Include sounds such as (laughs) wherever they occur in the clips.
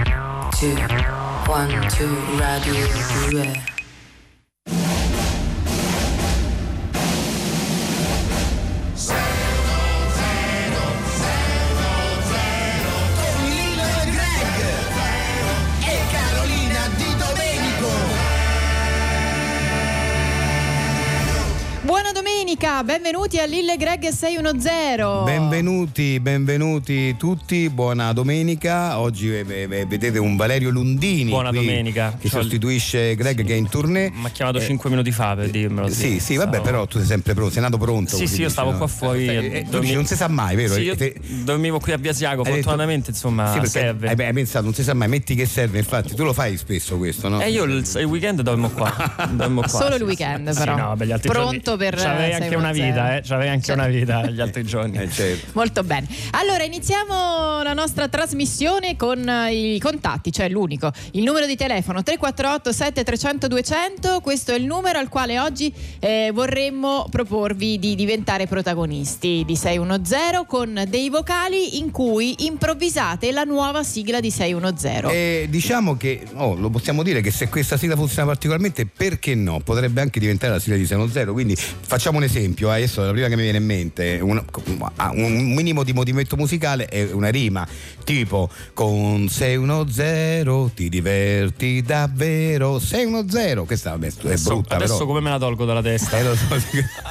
two, one, two, radio 2. con Lino e Greg e Carolina Di Domenico. Buona domenica, benvenuti a Lille Greg 610. Benvenuti, benvenuti tutti, buona domenica. Oggi eh, eh, vedete un Valerio Lundini. Buona qui, domenica. Che Ciao. sostituisce Greg che è in tournée. Mi ha chiamato Eh, 5 minuti fa per dirmelo. Sì, sì, vabbè, Stavo- però tu sei sempre pronto, sei nato pronto. Sì, come si sì, io dice, stavo no? qua fuori. Eh, eh, e tu dormi- dici, non si sa mai, vero? Sì, io Eh, te- dormivo qui a Via Siago, hai detto- fortunatamente, insomma, sì, perché serve. Hai, hai pensato, non si sa mai, metti che serve, infatti, tu lo fai spesso questo, no? E Eh, io il, il weekend dormo (laughs) qua. dormo qua, Solo sì, il weekend, sì. però. Sì, no, per gli altri Pronto giorni. per, C'avrei eh, anche 610. una vita, eh. C'avrei anche Cioè- una vita gli altri giorni. Eh, certo. Molto bene. Allora, iniziamo la nostra trasmissione con eh, i contatti, cioè l'unico. Il numero di telefono 348 7300 200, questo è il numero al quale oggi eh, vorremmo proporvi di diventare protagonisti di 610 con dei vocali in cui improvvisate la nuova sigla di 610. E diciamo che oh, lo possiamo dire che se questa sigla funziona particolarmente, perché no? Potrebbe anche diventare la sigla di Seno Zero. Quindi facciamo un esempio, eh, adesso è la prima che mi viene in mente, un, ah, un minimo di movimento musicale è una rima, tipo con 610 ti diverti davvero, 610, questa vabbè, è adesso brutta adesso però. come me la tolgo dalla testa? Eh, (laughs) lo so.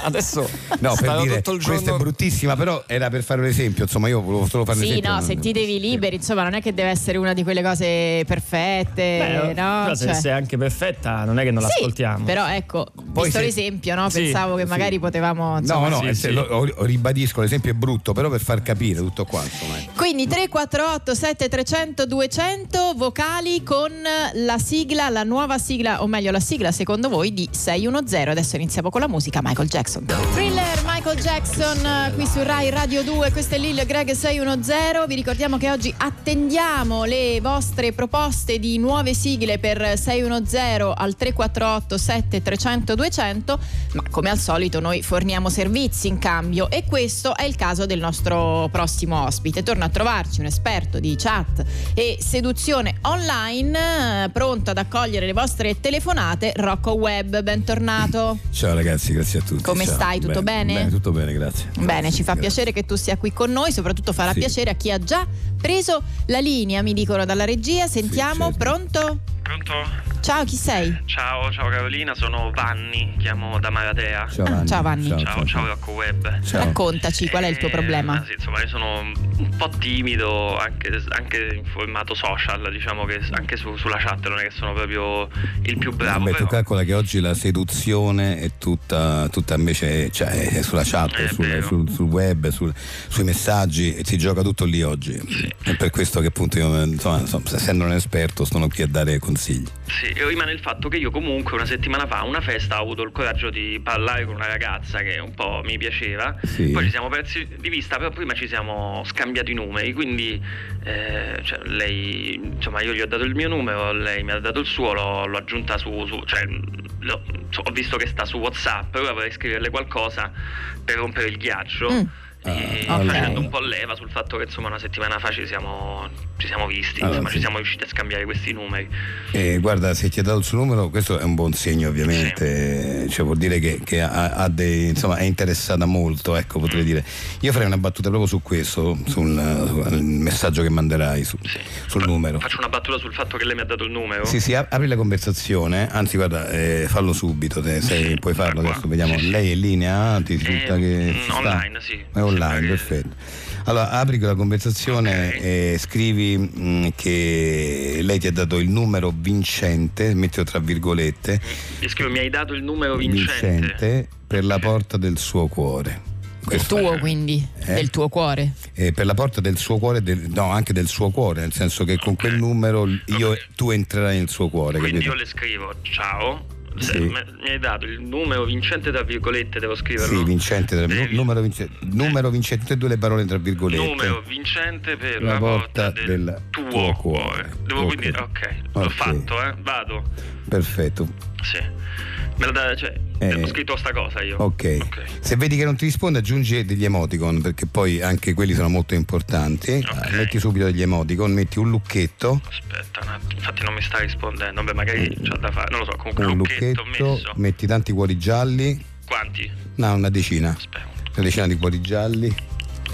Adesso (laughs) No, per stavo dire, tutto il questa giorno è bruttissima, però era per fare un esempio, insomma io volevo solo fare un Sì, esempio. mm, no, sentitevi liberi, insomma, non è che deve essere una di quelle cose perfette, Beh, Eh, no? però se, Cioè- se è anche perfetta, non è che non Sì, l'ascoltiamo. Però ecco, Poi visto se- l'esempio, no? Sì, Pensavo che sì. magari potevamo. insomma- No, no, Sì, eh, se sì. lo- o- ribadisco, l'esempio è brutto, però per far capire tutto qua, insomma. eh. Quindi 348 7300 200 vocali con la sigla, la nuova sigla, o meglio la sigla secondo voi di 610. Adesso iniziamo con la musica Michael Jackson. Thriller Michael Jackson eh, qui su Rai Radio 2, questo è Lil Greg 610. Vi ricordiamo che oggi attendiamo le vostre proposte di nuove sigle per 610 al 348 7300 200, ma come al solito noi forniamo servizi in cambio e questo è il caso del nostro prossimo ospite. Torna a trovarci un esperto di chat e seduzione online eh, pronto ad accogliere le vostre telefonate, Rocco Web, bentornato. Ciao ragazzi, grazie a tutti. Come Ciao. stai? Tutto bene? Tutto bene, grazie. Bene, ci fa Grazie. piacere che tu sia qui con noi, soprattutto farà Sì. piacere a chi ha già preso la linea, mi dicono dalla regia. Sentiamo, certo. pronto? Pronto? Ciao, chi sei? Ciao, ciao Carolina, sono Vanni, chiamo da Maratea. Ciao Ah, Vanni. ciao, Vanni. ciao, ciao Rocco Web. Ciao. Raccontaci qual è il tuo Eh, problema. sì, insomma, io sono un po' timido anche, anche in formato social, diciamo che anche su- sulla chat non è che sono proprio il più bravo. Beh, tu però- calcola che oggi la seduzione è tutta, tutta invece cioè, è sulla chat, Eh, è sul, vero. sul- sul web, sul- sui messaggi, e si gioca tutto lì oggi. È per questo che appunto io, insomma, so- essendo un esperto, sono qui a dare consigli. Sì, e rimane il fatto che io comunque una settimana fa a una festa ho avuto il coraggio di parlare con una ragazza che un po' mi piaceva. Sì. Poi ci siamo persi di vista, però prima ci siamo scambiati i numeri, quindi eh, cioè, lei, insomma, io gli ho dato il mio numero, lei mi ha dato il suo, l'ho, l'ho aggiunta su, su- cioè, l'ho- so- ho visto che sta su WhatsApp, ora vorrei scriverle qualcosa per rompere il ghiaccio. Mm. E Ah, allora. facendo un po' leva sul fatto che insomma una settimana fa ci siamo, ci siamo visti, Allora, insomma Ah, sì. ci siamo riusciti a scambiare questi numeri. Eh, guarda, se ti ha dato il suo numero, questo è un buon segno ovviamente, cioè, vuol dire che, che ha- ha dei- insomma, è interessata molto, ecco, potrei dire. Io farei una battuta proprio su questo, sul, sul messaggio che manderai, su- Sì. sul Fa- numero. Faccio una battuta sul fatto che lei mi ha dato il numero. Sì, sì, ap- apri la conversazione, anzi guarda, eh, fallo subito, te- se Sì, puoi farlo da qua. adesso, vediamo, Sì, sì. lei è in linea, ti risulta che... mm, ci sta? online, sì. È online, Sembra che- perfetto. Allora, apri la conversazione Ok. e scrivi mm, che lei ti ha dato il numero vincente, mettilo tra virgolette, Gli scrivo, mi hai dato il numero vincente. vincente per la porta del suo cuore. Il Questo- tuo, quindi, Eh? del tuo cuore. eh, per la porta del suo cuore, del- no, anche del suo cuore, nel senso che con quel numero io, tu entrerai nel suo cuore. Quindi capito? io le scrivo, ciao. se Sì. me- mi hai dato il numero vincente, tra virgolette, devo scriverlo. Sì, vincente, tra- Devi- numero vincente, numero vincente, tutte e due le parole tra virgolette. Numero vincente per La la, porta porta, del, del tuo, tuo cuore. cuore. Devo Ok. quindi. Ok, l'ho Ok. fatto, eh. Vado. Perfetto. Sì. Me la dà, cioè, Eh. Ho scritto sta cosa io. Ok. Se vedi che non ti risponde, aggiungi degli emoticon, perché poi anche quelli sono molto importanti. Ah, Ok. Metti subito degli emoticon, metti un lucchetto. Aspetta un attimo, infatti non mi sta rispondendo. Beh, magari c'ha da fare. Non lo so, comunque Eh. Un lucchetto, messo. lucchetto, metti tanti cuori gialli. Quanti? No, una decina. Aspetta. Una decina di cuori gialli.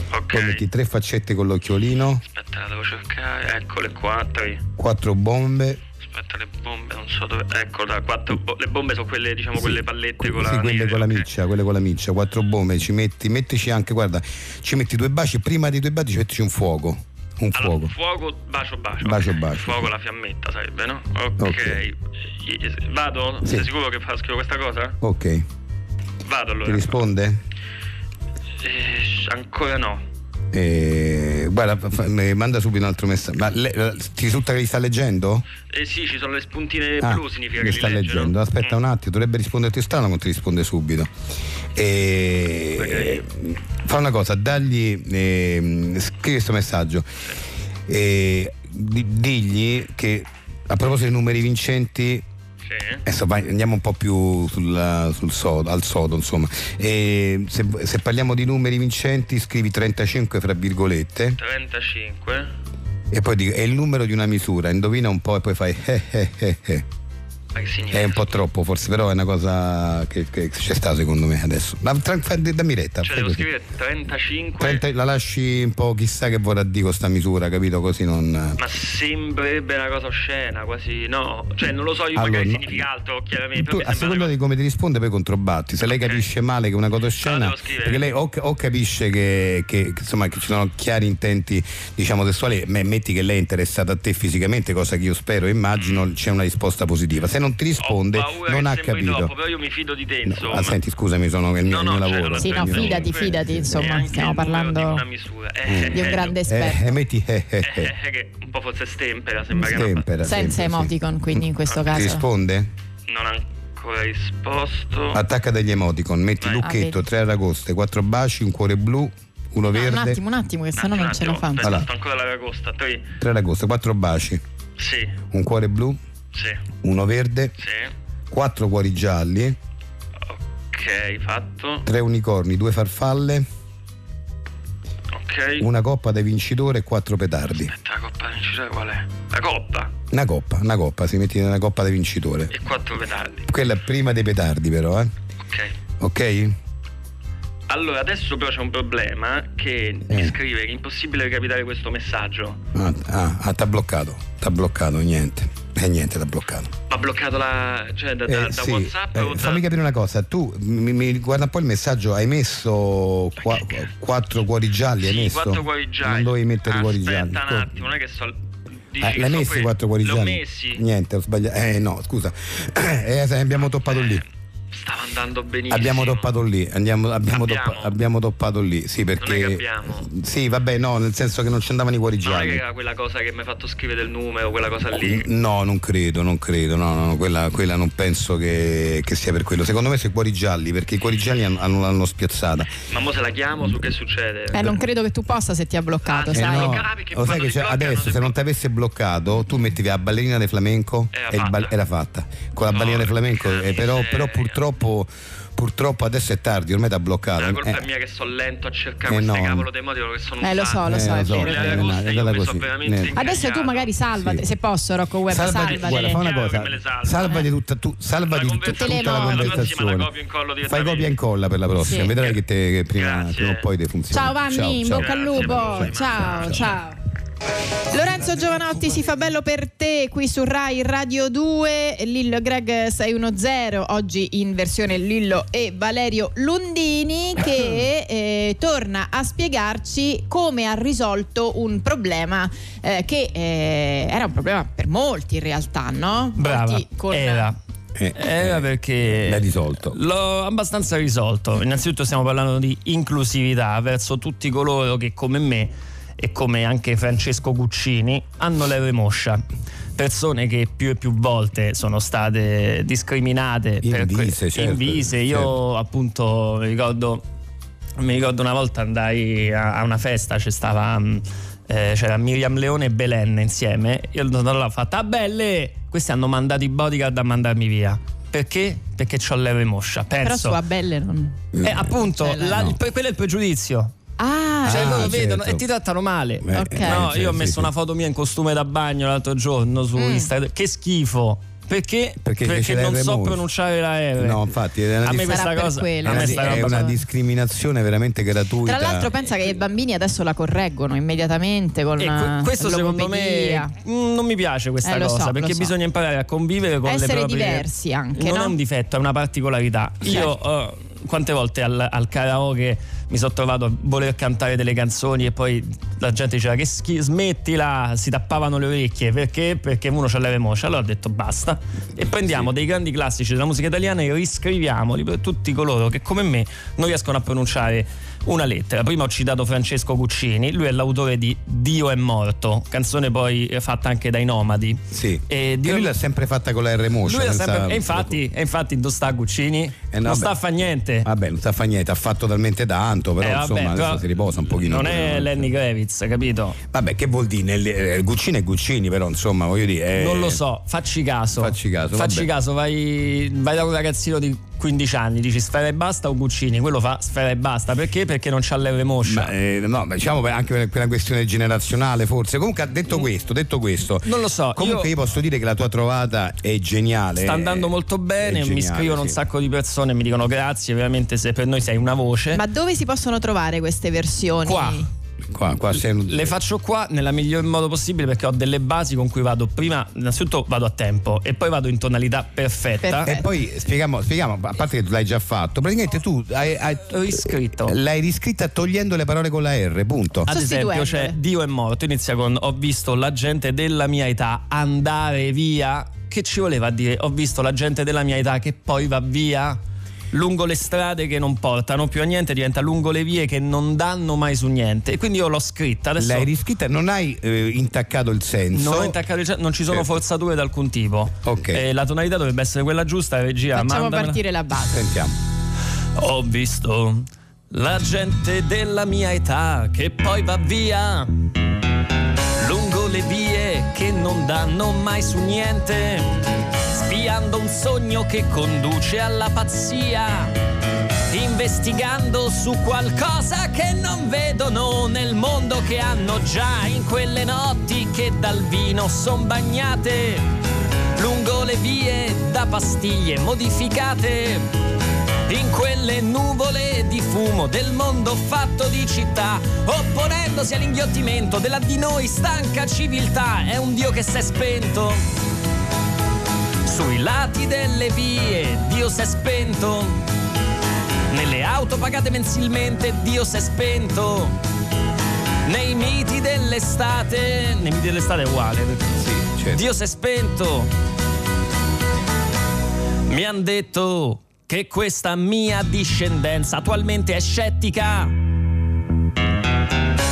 Poi Ok. metti tre faccette con l'occhiolino, Aspetta, la devo cercare. Ecco le quattro. quattro bombe. Aspetta, le bombe, non so dove. Ecco, da quattro. bo- le bombe sono quelle, diciamo, Sì, quelle pallette con la. sì, quelle neve, con la ok. miccia, quelle con la miccia, quattro bombe, ci metti, mettici anche, guarda, ci metti due baci, prima dei due baci ci mettici un fuoco, un Allora, fuoco. fuoco, bacio, bacio. Bacio, ok. bacio. Fuoco, la fiammetta sarebbe, no? Ok. Ok. Vado? Sì. Sei sicuro che fa- scrivo questa cosa? Ok, Vado ti allora. risponde? Eh, ancora no. Eh, guarda, fa- mi manda subito un altro messaggio. Ma le- la- ti risulta che li sta leggendo? Eh sì, ci sono le spuntine Ah, blu, significa li che sta li legge, no? Eh. leggendo. Aspetta un attimo, dovrebbe risponderti strano, ma ti risponde subito. E... eh, Fa una cosa, dagli, ehm, scrivi questo messaggio. E di- digli che a proposito dei numeri vincenti, Sì. adesso vai- andiamo un po' più sulla- sul sodo, al sodo, insomma. E se, se parliamo di numeri vincenti, scrivi 35 fra virgolette. 35. E poi dico, è il numero di una misura, indovina un po' e poi fai eh eh eh eh. Ma che significa? È un po' troppo forse, però è una cosa che, che c'è sta secondo me adesso. Ma tra- fa- dammi retta. Cioè fai devo così. scrivere 35. 30 la lasci un po' chissà che vorrà dire con sta misura, capito? Così non... Ma sembrerebbe una cosa oscena, quasi no. Cioè non lo so, io Allora, magari no. significa altro, chiaramente. Tu, però mi a sembra seconda una di come ti risponde poi controbatti, se lei Ok. capisce male che è una cosa oscena, devo scrivere. perché lei o, o capisce che, che- che, insomma, che ci sono chiari intenti diciamo sessuali, me- metti che lei è interessata a te fisicamente, cosa che io spero e immagino, c'è una risposta positiva. Se non ti cosa- risponde Mm. Ho paura non che ha sembri capito. troppo, però io mi fido di te, No, insomma. ah, senti, scusami, sono è il mio, No, no, il mio cioè, lavoro. lo Sì, no, Il mio- fidati, fidati, insomma, E anche stiamo il numero parlando di una misura. Eh, eh, di un eh, grande Eh, esperto. eh, metti eh, eh, eh, eh. eh, che un po' forse stempera, sembra che non, Stempera, Senza stempera, sì. emoticon, quindi in questo Ti caso. risponde? non ha ancora risposto. Attacca degli emoticon, metti Vai. lucchetto, Ah, vedi. tre aragoste, quattro baci, un cuore blu, uno Ah, un verde, attimo, un attimo, che Un sennò attimo, non ce la un attimo, fanno. aspetta, Allora. sto ancora all'aragosta. Tre. tre aragoste, quattro baci, Sì, un cuore blu, sì, uno verde, sì. quattro cuori gialli, Ok, fatto. tre unicorni, due farfalle, Ok. una coppa da vincitore e quattro petardi. Aspetta, la coppa non ci sa qual è. La coppa Una coppa, una coppa, si metti una coppa da vincitore. e quattro petardi. Quella è prima dei petardi però, eh. Ok. Ok? Allora, adesso però c'è un problema che mi Eh. scrive che è impossibile recapitare questo messaggio. Ah, ah, ah, t'ha bloccato, t'ha bloccato, niente. E niente, t'ha bloccato. Ma ha bloccato la. cioè da, da- Eh, da sì, WhatsApp eh, o da- fammi capire una cosa, tu mi, mi- guarda un po' il messaggio, hai messo qua- quattro cuori gialli, hai Eh, Sì, messo? quattro cuori gialli. Non dovevi mettere i cuori Aspetta gialli. un attimo, non è che so. dici Eh, che l'hai so messi i quelli. quattro cuori L'ho gialli? messi. Niente, ho sbagliato. Eh no, scusa. (coughs) Eh, se abbiamo toppato lì. Eh, Stava andando benissimo. Abbiamo toppato lì, andiamo- abbiamo, Abbiamo? toppa- abbiamo toppato lì, sì perché... Non è che abbiamo. Sì, vabbè, no, nel senso che non ci andavano i cuori Non è gialli. Mm. che era quella cosa che mi ha fatto scrivere del numero, quella cosa lì. No, non credo, non credo, no, no, no, quella, quella non penso che, che sia per quello. Secondo me sono i cuori gialli, perché i cuori gialli hanno- hanno- l'hanno spiazzata. Ma mo se la chiamo su che succede? Eh, non credo che tu possa se ti ha bloccato, Ah, sì, sai. no. Eh, perché lo sai quando che ti c'è- bloccano, adesso se se non blocchi- ti avesse bloccato tu mettevi la ballerina di flamenco Era e il fatta. era fatta con la Porca ballerina di flamenco eh, però, miseria. però purtroppo purtroppo adesso è tardi ormai ti ha bloccato La colpa Eh, è mia che sono lento a cercare Eh, queste no. cavolo di emoticon che sono un Eh, lo so, sacco. lo eh, so, è Il vero. Leila eh, Costa, no, è io andata mi so così. veramente niente. incagliato. Adesso tu magari salvate, Sì. se posso, Rocco Web, Salvati, salvatele. guarda, fa una Chiaro che cosa, me le salvo. salvati tutta, tu, salvati La tutta, tutta conversazione, la la prossima la conversazione. copio e incollo Fai direttamente. copia e incolla per la prossima, Sì. vedrai che, te, che prima, Grazie. prima o poi te funziona. Ciao Vanni, in ciao. bocca al Grazie a lupo. voi. Ciao, ciao. Lorenzo Giovanotti si fa bello per te qui su Rai Radio 2, Lillo e Greg 610, oggi in versione Lillo e Valerio Lundini che eh, torna a spiegarci come ha risolto un problema eh, che eh, era un problema per molti in realtà, no? Brava. Molti con- Era. Eh, Era eh, perché l'hai risolto. L'ho abbastanza risolto. Innanzitutto stiamo parlando di inclusività verso tutti coloro che come me e come anche Francesco Guccini hanno l'eve moscia. Persone che più e più volte sono state discriminate Invise, certo, invise. Io certo. appunto mi ricordo mi ricordo una volta andai a, a una festa, c'è stava, mm, eh, c'era Miriam Leone e Belen insieme. Io sono andato là ho fatto, ah belle! Questi hanno mandato i bodyguard a mandarmi via. Perché? Perché c'ho l'eve moscia. Però Penso. su Abelle non. Eh, appunto, Cioè, la- la- no. il pre- quello è il pregiudizio. Ah, Cioè, Ah, loro certo. vedono e ti trattano male. Beh, Ok. eh, No, sì, io ho sì, messo sì. Mm. una foto mia in costume da bagno l'altro giorno su Instagram. Che schifo. Perché? Perché invece la non R so moscia. pronunciare la R. No, infatti, è una, a me dis- questa Sarà per cosa, quello. a me Eh sì, sta è roba- una discriminazione veramente gratuita. Tra l'altro pensa che i bambini adesso la correggono immediatamente con E que- eh, questo secondo logopedia. me mm, non mi piace questa Eh, lo so, cosa lo perché so. bisogna imparare a convivere con Essere le proprie diversi non anche, no? Certo. è un difetto è una particolarità io eh, quante volte al, al karaoke mi sono trovato a voler cantare delle canzoni e poi la gente diceva che schi- smettila si tappavano le orecchie perché? perché uno c'ha l'eve moscia allora ho detto basta e prendiamo dei grandi classici della musica italiana e riscriviamoli per tutti coloro che come me non riescono a pronunciare una lettera. Prima ho citato Francesco Cuccini, lui è l'autore di Dio è morto, canzone poi eh, fatta anche dai nomadi. Sì. E E Eh, Dio- lui l'ha sempre fatta con la R Moscia. Lui l'ha senza- sempre- e infatti, e infatti non sta a Cuccini, Eh, no, non vabbè. sta a fa niente. Vabbè, non sta a fa niente, ha fatto talmente tanto, però Eh, vabbè, insomma adesso però si riposa un pochino. Non è Lenny Kravitz, capito? Vabbè, che vuol dire? Nel- eh, Guccini e Guccini, però insomma, voglio dire. eh, Non lo so, facci caso. Facci caso, Facci vabbè. caso, vai, vai da un ragazzino di 15 anni, dici sfera e basta o Guccini, quello fa sfera e basta. Perché? Perché non c'ha l'eve moscia. Ma, eh, no, ma diciamo per- anche per per una questione generazionale, forse. Comunque, ha detto questo, detto questo. Non lo so, Comunque, io, io- posso dire che la tua trovata è geniale. Sta andando È- molto bene, è mi geniale, scrivono un sì. sacco di persone e mi dicono grazie, veramente se per noi sei una voce. Ma dove si possono trovare queste versioni? Eh? Qua. Qua, qua sei un- Le faccio qua nella miglior modo possibile perché ho delle basi con cui vado prima, innanzitutto vado a tempo e poi vado in tonalità perfetta. Perfetto. E poi spieghiamo, spieghiamo, a parte che l'hai già fatto, praticamente tu hai, hai- Ho riscritto. l'hai riscritta togliendo le parole con la R, punto. Ad esempio, Sostituendole. c'è Dio è morto, inizia con ho visto la gente della mia età andare via. Che ci voleva dire? Ho visto la gente della mia età che poi va via lungo le strade che non portano più a niente, diventa lungo le vie che non danno mai su niente. E quindi io l'ho scritta adesso. L'hai riscritta, non hai eh, intaccato il senso. Non, ho intaccato il- non ci sono Certo. forzature di alcun tipo. Ok. Eh, la tonalità dovrebbe essere quella giusta, regia. Facciamo mandamela. partire la base. Sentiamo. Ho visto la gente della mia età che poi va via lungo le vie che non danno mai su niente, spiando un sogno che conduce alla pazzia, investigando su qualcosa che non vedono nel mondo che hanno già in quelle notti che dal vino son bagnate, lungo le vie da pastiglie modificate. In quelle nuvole di fumo del mondo fatto di città, opponendosi all'inghiottimento della di noi stanca civiltà, è un Dio che s'è spento. Sui lati delle vie Dio s'è spento. Nelle auto pagate mensilmente Dio s'è spento. Nei miti dell'estate. Nei miti dell'estate è uguale. perché- Sì, certo. Dio si è spento. Mi han detto che questa mia discendenza attualmente è scettica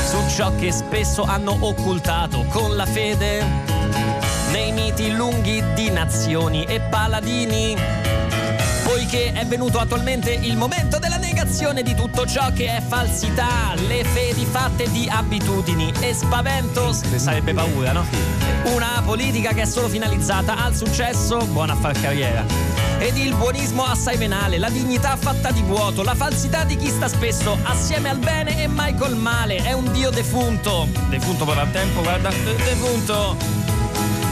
su ciò che spesso hanno occultato con la fede nei miti lunghi di nazioni e paladini. Poiché è venuto attualmente il momento della negazione di tutto ciò che è falsità, le fedi fatte di abitudini e spavento, sarebbe paura, no? Una politica che è solo finalizzata al successo, buona a far carriera. Ed il buonismo assai venale, la dignità fatta di vuoto, la falsità di chi sta spesso assieme al bene e mai col male, è un dio defunto. Defunto per il tempo, guarda, de- defunto.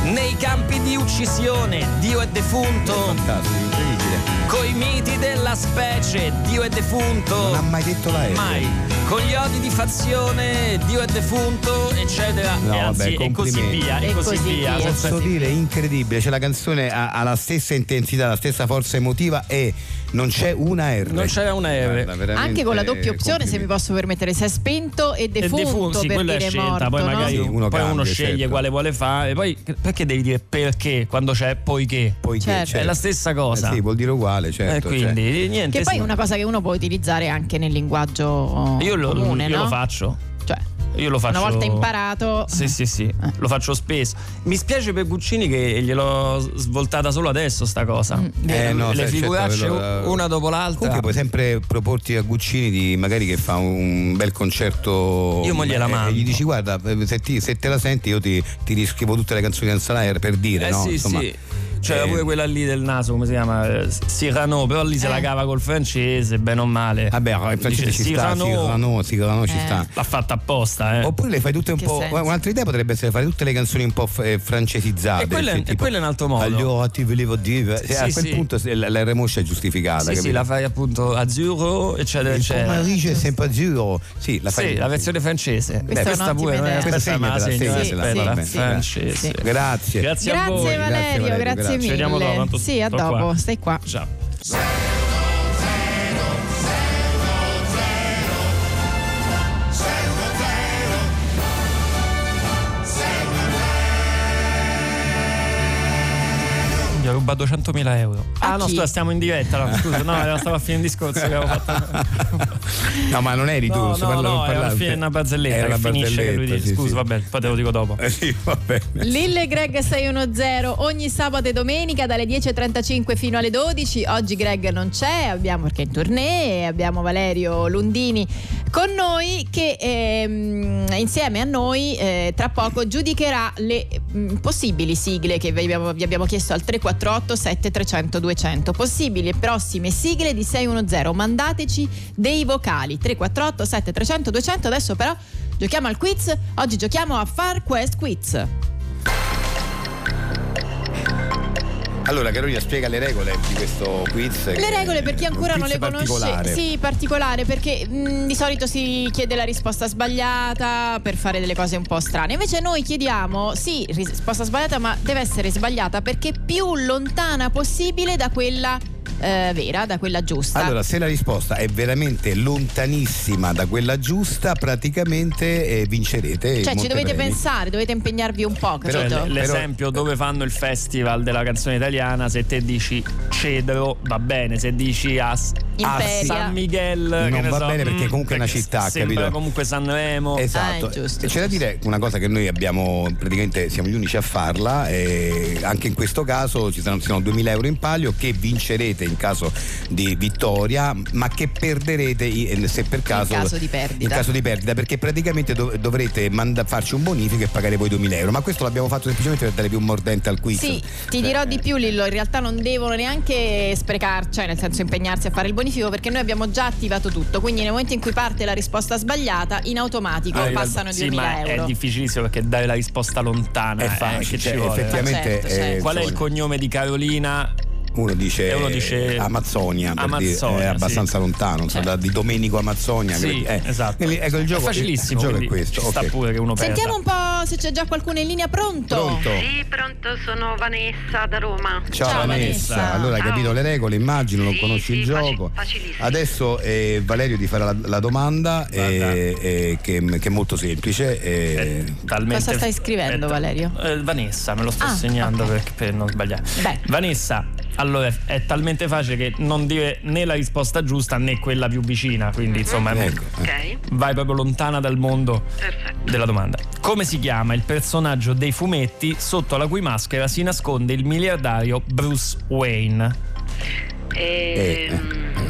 Nei campi di uccisione, Dio è defunto. Fantastico, incredibile. Coi miti della specie, Dio è Non ha defunto. mai detto la R. Mai. Con gli odi di fazione, Dio è defunto, eccetera. No, e, vabbè, anzi, e così complimenti. via, e, E così, così via. via. senza- Posso dire, è incredibile, cioè la canzone ha, ha la stessa intensità, la stessa forza emotiva e non c'è una R. Non c'era una R. Guarda, veramente, Anche con la doppia opzione, se mi complimenti. posso permettere, se è spento e E defunto, defunto, sì, per quella è dire scelta, morto, poi no? magari Sì, uno, uno poi uno cambia, sceglie certo. quale vuole fare, e poi perché devi dire perché quando c'è poiché? Poiché, Certo. È la stessa cosa. Eh sì, vuol dire uguale, e certo. quindi cioè. niente. Che poi sì. è una cosa che uno può utilizzare anche nel linguaggio oh, io lo, comune, io no? lo faccio. Cioè, Io lo faccio. Una volta imparato, Sì, sì, sì, Eh. lo faccio spesso. Mi spiace per Guccini che gliel'ho svoltata solo adesso sta cosa. Mm, Eh, no, Le sai, certo, figuracce quello- una dopo l'altra. Comunque puoi sempre proporti a Guccini di magari che fa un bel concerto. Io mo gliela e- E mando. gli dici guarda, eh, se, ti- se te la senti io ti, ti riscrivo tutte le canzoni senza la R per dire, Eh no? sì, Insomma, sì. C'era Eh. pure quella lì del naso, come si chiama? Eh, Cyrano, però lì se la Eh. cava col francese, bene o male. Vabbè, il francese Dice ci sta, Cyrano, Sirano, Sirano ci Eh. sta. L'ha fatta apposta, eh. Oppure le fai tutte un Che po'. senso? Un'altra idea potrebbe essere fare tutte le canzoni un po' f- eh, francesizzate. E quello è- se e quello è un altro modo. Allora ti volevo dire. Sì, Eh, a sì, quel sì. punto se- la, la remoscia è giustificata. Sì, sì, capito? la fai appunto azzurro, eccetera, Il eccetera. pomeriggio è sempre azzurro. Sì, la fai. sì, la versione francese. Beh, Questa è questa un'ottima pure, idea. eh, Questa questa me la segnatela, segno, segnatela, aspetta, va bene. francese. Sì. Grazie. Grazie a Grazie, voi. Valerio, grazie, Grazie, Valerio, grazie. mille. Ci vediamo dopo, tanto Sì, a sto dopo, qua. stai qua. Ciao. Gli ho rubato 100.000 euro. A ah, no, chi? scusa, stiamo in diretta. No, scusa, no, era stava a fine discorso che avevo fatto. (laughs) No, ma non eri tu. No, sto no, parlando- no, non era alla parlavo. fine una barzelletta Era che una finisce che lui barzelletta, dice, sì, scusa, sì. vabbè, poi te lo dico dopo. Eh, (laughs) Sì, va bene. Lille Greg 610 ogni sabato e domenica dalle 10.35 fino alle 12. Oggi Greg non c'è, abbiamo perché è in tournée, abbiamo Valerio Lundini con noi che ehm, insieme a noi eh, tra poco giudicherà le mm, possibili sigle che vi abbiamo, vi abbiamo chiesto al 348 7300 200. Possibili e prossime sigle di 610. Mandateci dei vocali 348 7300 200. Adesso però giochiamo al quiz. Oggi giochiamo a Far Quest Quiz. Allora, Carolina, spiega le regole di questo quiz. Le regole per chi ancora non le conosce, Sì. sì, particolare perché mh, di solito si chiede la risposta sbagliata per fare delle cose un po' strane. Invece noi chiediamo, sì, risposta sbagliata, ma deve essere sbagliata perché più lontana possibile da quella eh, vera, da quella giusta. Allora, se la risposta è veramente lontanissima da quella giusta, praticamente eh, vincerete. cioè, i ci dovete montepremi. pensare, dovete impegnarvi un po', Cioè, capito? l- l'esempio dove fanno il festival della canzone italiana, se te dici cedro va bene, se dici a, S- a Imperia. San Miguel che Non ne va so, bene perché mm, comunque è una perché città, sembra capito? comunque Sanremo. Esatto, Ah, è giusto, e c'è da dire una cosa che noi abbiamo praticamente siamo gli unici a farla, e anche in questo caso ci saranno, ci sono 2000 euro in palio che vincerete in caso di vittoria, ma che perderete i- eh, se per caso, caso di perdita. in caso di perdita, perché praticamente dov- dovrete manda- farci un bonifico e pagare voi 2000 euro, ma questo l'abbiamo fatto semplicemente per dare più un mordente al quiz. Sì, ti dirò di più Lillo, in realtà non devono neanche sprecarci, cioè nel senso impegnarsi a fare il bonifico perché noi abbiamo già attivato tutto, quindi nel momento in cui parte la risposta sbagliata, in automatico eh, Arriva- passano i eh, sì, 2000 ma euro. È difficilissimo perché dai la risposta lontana. È eh, facile, che cioè, ci vuole. effettivamente Ma certo, certo. eh, Qual è il insomma, cognome di Carolina? uno dice, eh, E uno dice- Amazzonia, per dire, Amazzonia, è sì. Certo. abbastanza lontano, insomma, da- di Domenico Amazzonia. Sì, che- eh, esatto. quindi, ecco, il gioco, è facilissimo. il gioco è quindi questo. Ci sta ok. pure che uno perda. Sentiamo un po' se c'è già qualcuno in linea pronto. Pronto? Sì, pronto, sono Vanessa da Roma. Ciao, Ciao, Vanessa. Vanessa. Allora hai Ciao. capito le regole, immagino, non Sì, conosci sì, il faci- gioco. facilissimo. Adesso eh, Valerio ti farà la, la domanda Guarda. eh, eh, che, che è molto semplice. eh. Eh, talmente- Cosa stai scrivendo, Valerio? eh, Vanessa, me lo sto Ah, segnando ok. per, per non sbagliare. Beh. Vanessa, allora è, è talmente facile che non dire né la risposta giusta né quella più vicina, quindi Mhm. insomma è molto- Ecco, eh. Ok, vai proprio lontana dal mondo perfetto. della domanda. Come si chiama il personaggio dei fumetti sotto la cui maschera si nasconde il miliardario Bruce Wayne? Ehm, eh,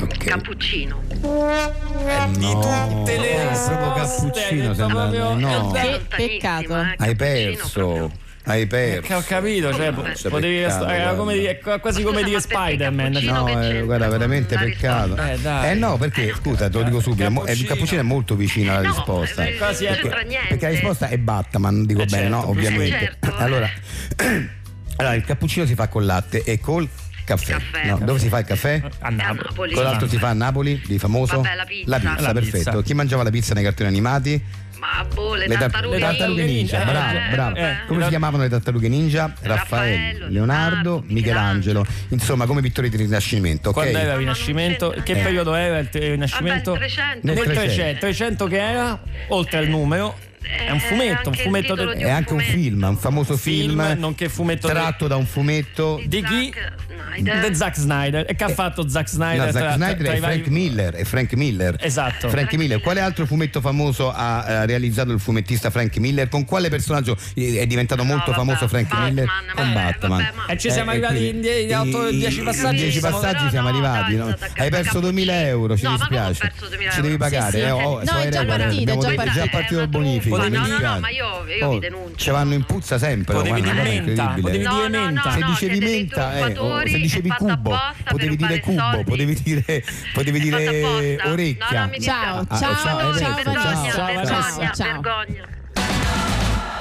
ok. Cappuccino. Di No. tutte le Oh. Eh, risposte, proprio Cappuccino, hai detto sembra- proprio- no. Eh, Che lontanissima, peccato. eh, Hai Cappuccino proprio. perso. Hai perso. Che ho capito, cioè, Vabbè. potevi Peccato, era come guarda. dire- è quasi Ma come scusa, ma (laughs) dire perché Spider-Man. cioè, Cappuccino? No, che eh, c'entra guarda, con veramente la peccato. risposta? Eh, dai. Eh, no, perché, scusa, te lo dico subito, è mo- è- il Cappuccino. cappuccino è molto vicino alla eh, No, risposta. eh, Quasi non ecco. c'entra niente. Perché la risposta è Batman, dico Eh, bene, certo, no? Bruce Wayne. Ovviamente. Eh, certo. Allora, (clears throat) allora, il cappuccino si fa col latte e col caffè. Caffè. No, dove si fa il caffè? A Napoli. A Napoli. Con l'altro si fa a Napoli, di famoso? Vabbè, la pizza. La pizza. perfetto. Chi mangiava la pizza nei cartoni animati? Ma boh, le, tar- tartarughe. le tartarughe ninja, ninja, bravo, eh, bravo. vabbè. Come si chiamavano le tartarughe ninja? Raffaello, Leonardo, Leonardo, Michelangelo. Michelangelo. Insomma, come pittori di rinascimento, ok? Quando era No, il no, Rinascimento? non c'entra Che niente. periodo era il t- il Rinascimento? il 300. Nel Nel 300. 300. 300 che era, oltre al numero, è un Eh, fumetto, un anche il fumetto titolo del- di È anche un fumetto. film, un famoso film, Film, nonché fumetto tratto da un fumetto di chi? Zack Snyder. De Zack Snyder. E che ha fatto Zack Snyder? Eh, No, tra- Zack tra- Snyder tra e i vari- Frank Miller. E Frank Miller. Esatto. Frank Miller, quale altro fumetto famoso ha eh, realizzato il fumettista Frank Miller? Con quale personaggio eh, è diventato molto vabbè, famoso Frank Batman, Miller? vabbè, Con Batman. vabbè, ma- E ci siamo arrivati in die- in otto- Eh, i- dieci i- passaggi, in dieci ci siamo- passaggi siamo Però no, arrivati. dai, no? da- Hai da perso 2000 euro, ci No, ma come ho dispiace. perso 2000 Ci devi euro? pagare. Sì, sì, eh, ok. oh, No, è so i già regole, partito, abbiamo è già detto, partito. partito È una il truffa, dico, Potevi mi no, no, dispiace. no, ma io- io vi denuncio. Ci vanno in puzza sempre. Potevi dire guarda, guarda, è menta, incredibile. potevi No, dire no, no, cioè, menta. no, se dicevi siete dei menta, eh, o truffatori, se dicevi è fatto cubo, apposta potevi per dire rubare cubo, soldi. potevi dire, potevi È fatto dire apposta. orecchia. Ah, No, no, mi Ciao, dispiace. ciao, ciao, vergogna, vergogna, ciao, vergogna, ciao, ciao. vergogna.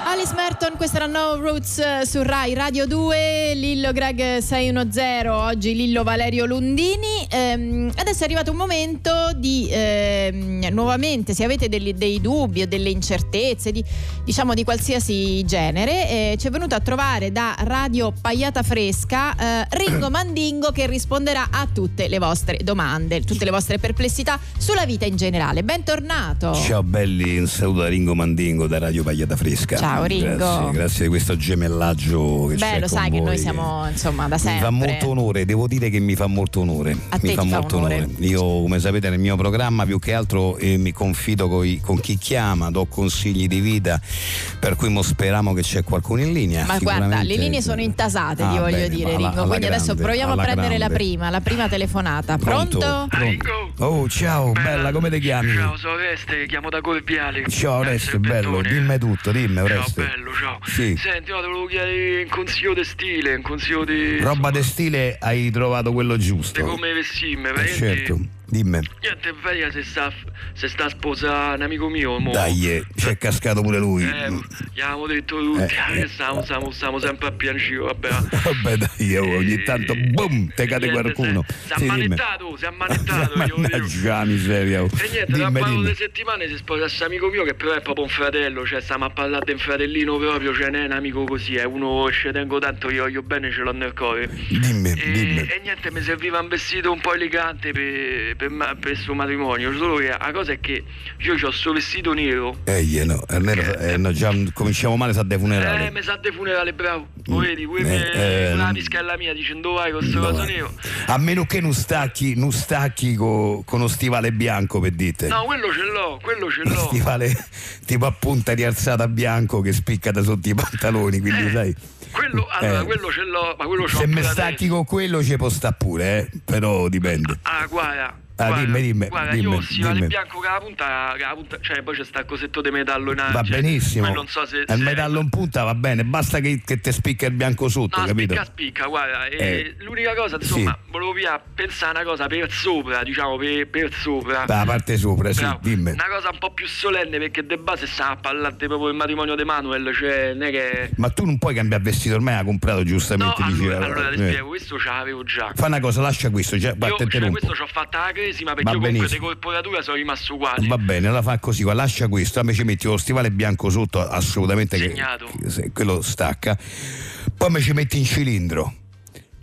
Alice Merton, questa era No Roots eh, su Rai Radio 2, Lillo Greg 610, oggi Lillo Valerio Lundini. Ehm, adesso è arrivato un momento di, ehm, nuovamente, se avete degli- dei dubbi o delle incertezze, di, diciamo di qualsiasi genere, eh, ci è venuto a trovare da Radio Pagliata Fresca eh, Ringo Mandingo che risponderà a tutte le vostre domande, tutte le vostre perplessità sulla vita in generale. Bentornato! Ciao belli, un saluto da Ringo Mandingo da Radio Pagliata Fresca. Ciao, Ringo. Grazie, grazie di questo gemellaggio che c'è Beh, lo con sai che voi, noi siamo insomma da Mi fa sempre. molto onore, devo dire che mi fa molto onore. A mi te fa ti fa molto onore. Io, come sapete, nel mio programma più che altro eh, mi confido coi- con chi chiama, do consigli di vita, per cui mo speriamo che c'è qualcuno in linea. Ma guarda, sicuramente. le linee sono intasate, ti Ah, voglio bene, dire, alla- Ringo. alla Quindi adesso grande, proviamo a alla prendere la grande. prima, la prima telefonata. Pronto? Ringo? Oh, ciao, bella, come ti chiami? Ciao, sono Oreste, chiamo da Corviale. Ciao, Oreste, bello, dimmi tutto, dimmi, Oreste. eh. Ciao, bello, ciao. Sì. Senti, no, te volevo chiedere un consiglio di stile, un consiglio di... Roba de stile, hai trovato quello di giusto. come vestirmi, Eh, perché certo, dimmi. Niente, Veria se sta, se sta a sposare un amico mio, mo. Dai, eh, c'è cascato pure lui. Mm. Eh, gli avevamo detto tutti, Eh, eh. eh, stiamo, stiamo, stiamo sempre a piangere, vabbè. Vabbè dai, oh, ogni tanto boom, te cade Niente, qualcuno. Si è Sì, dimmi. ammanettato, si (laughs) è ammanettato. io lo dico. Mannaggia la miseria. oh. E niente, da un Dimmi, paio dimmi. di settimane si sposa questo amico mio che però è proprio un fratello, cioè stiamo a parlare di un fratellino proprio, cioè non è un amico così, è uno che ci tengo tanto, io voglio bene, ce l'ho nel cuore. Dimmi, dimmi. Eh, E, e niente, mi serviva un vestito un po' elegante per, per, ma- per suo matrimonio, solo che la cosa è che io ho sto vestito nero. Ehi, eh, no, eh, nero- eh, no, già mm, cominciamo male, sa dei funerali. Eh, mi sa di funerale, bravo. Lo Mm. vedi, qui Eh, mi eh, la non- pischella mia dicendo vai con questo No, coso eh. nero. A meno che non stacchi, non stacchi co- con uno stivale bianco per dite. No, quello ce l'ho, quello ce Uno (laughs) l'ho. stivale tipo a punta di alzata bianco che spicca da sotto i pantaloni, quindi Eh, sai. Quello, allora, Eh. quello ce l'ho, ma quello ce l'ho. Se mi pure stacchi adesso. con quello ci può sta pure, eh, però dipende. Ah, guarda. Ah, guarda, dimmi, dimmi, Guarda, dimmi, io ho stivale dimmi. bianco che ha la punta, che ha la punta, cioè poi c'è sta cosetto di metallo in Va cioè, benissimo. poi non so se... il se- metallo in punta va bene, basta che, che te spicca il bianco sotto, No, capito? spicca spicca, guarda. e Eh. L'unica cosa, insomma, volevo via pensare a una cosa per sopra, diciamo, per, per sopra. La parte sopra, Ah, sì, Bravo. dimmi. Una cosa un po' più solenne perché de base sta a parlare proprio il matrimonio di Manuel, cioè non è che... Ma tu non puoi cambiare vestito, ormai ha comprato No, giustamente. allora, diceva, allora ti eh. spiego, questo ce l'avevo già. Fa una cosa, lascia questo, già, Io, guarda, te cioè, interrompo. questo ci ho fatto la crisi, ma perché Va io comunque di benissimo. corporatura sono rimasto uguale. Va bene, allora fa così, qua, lascia questo, a me ci metti lo stivale bianco sotto, assolutamente che, Segnato. che se- quello stacca. Poi me ci metti in cilindro.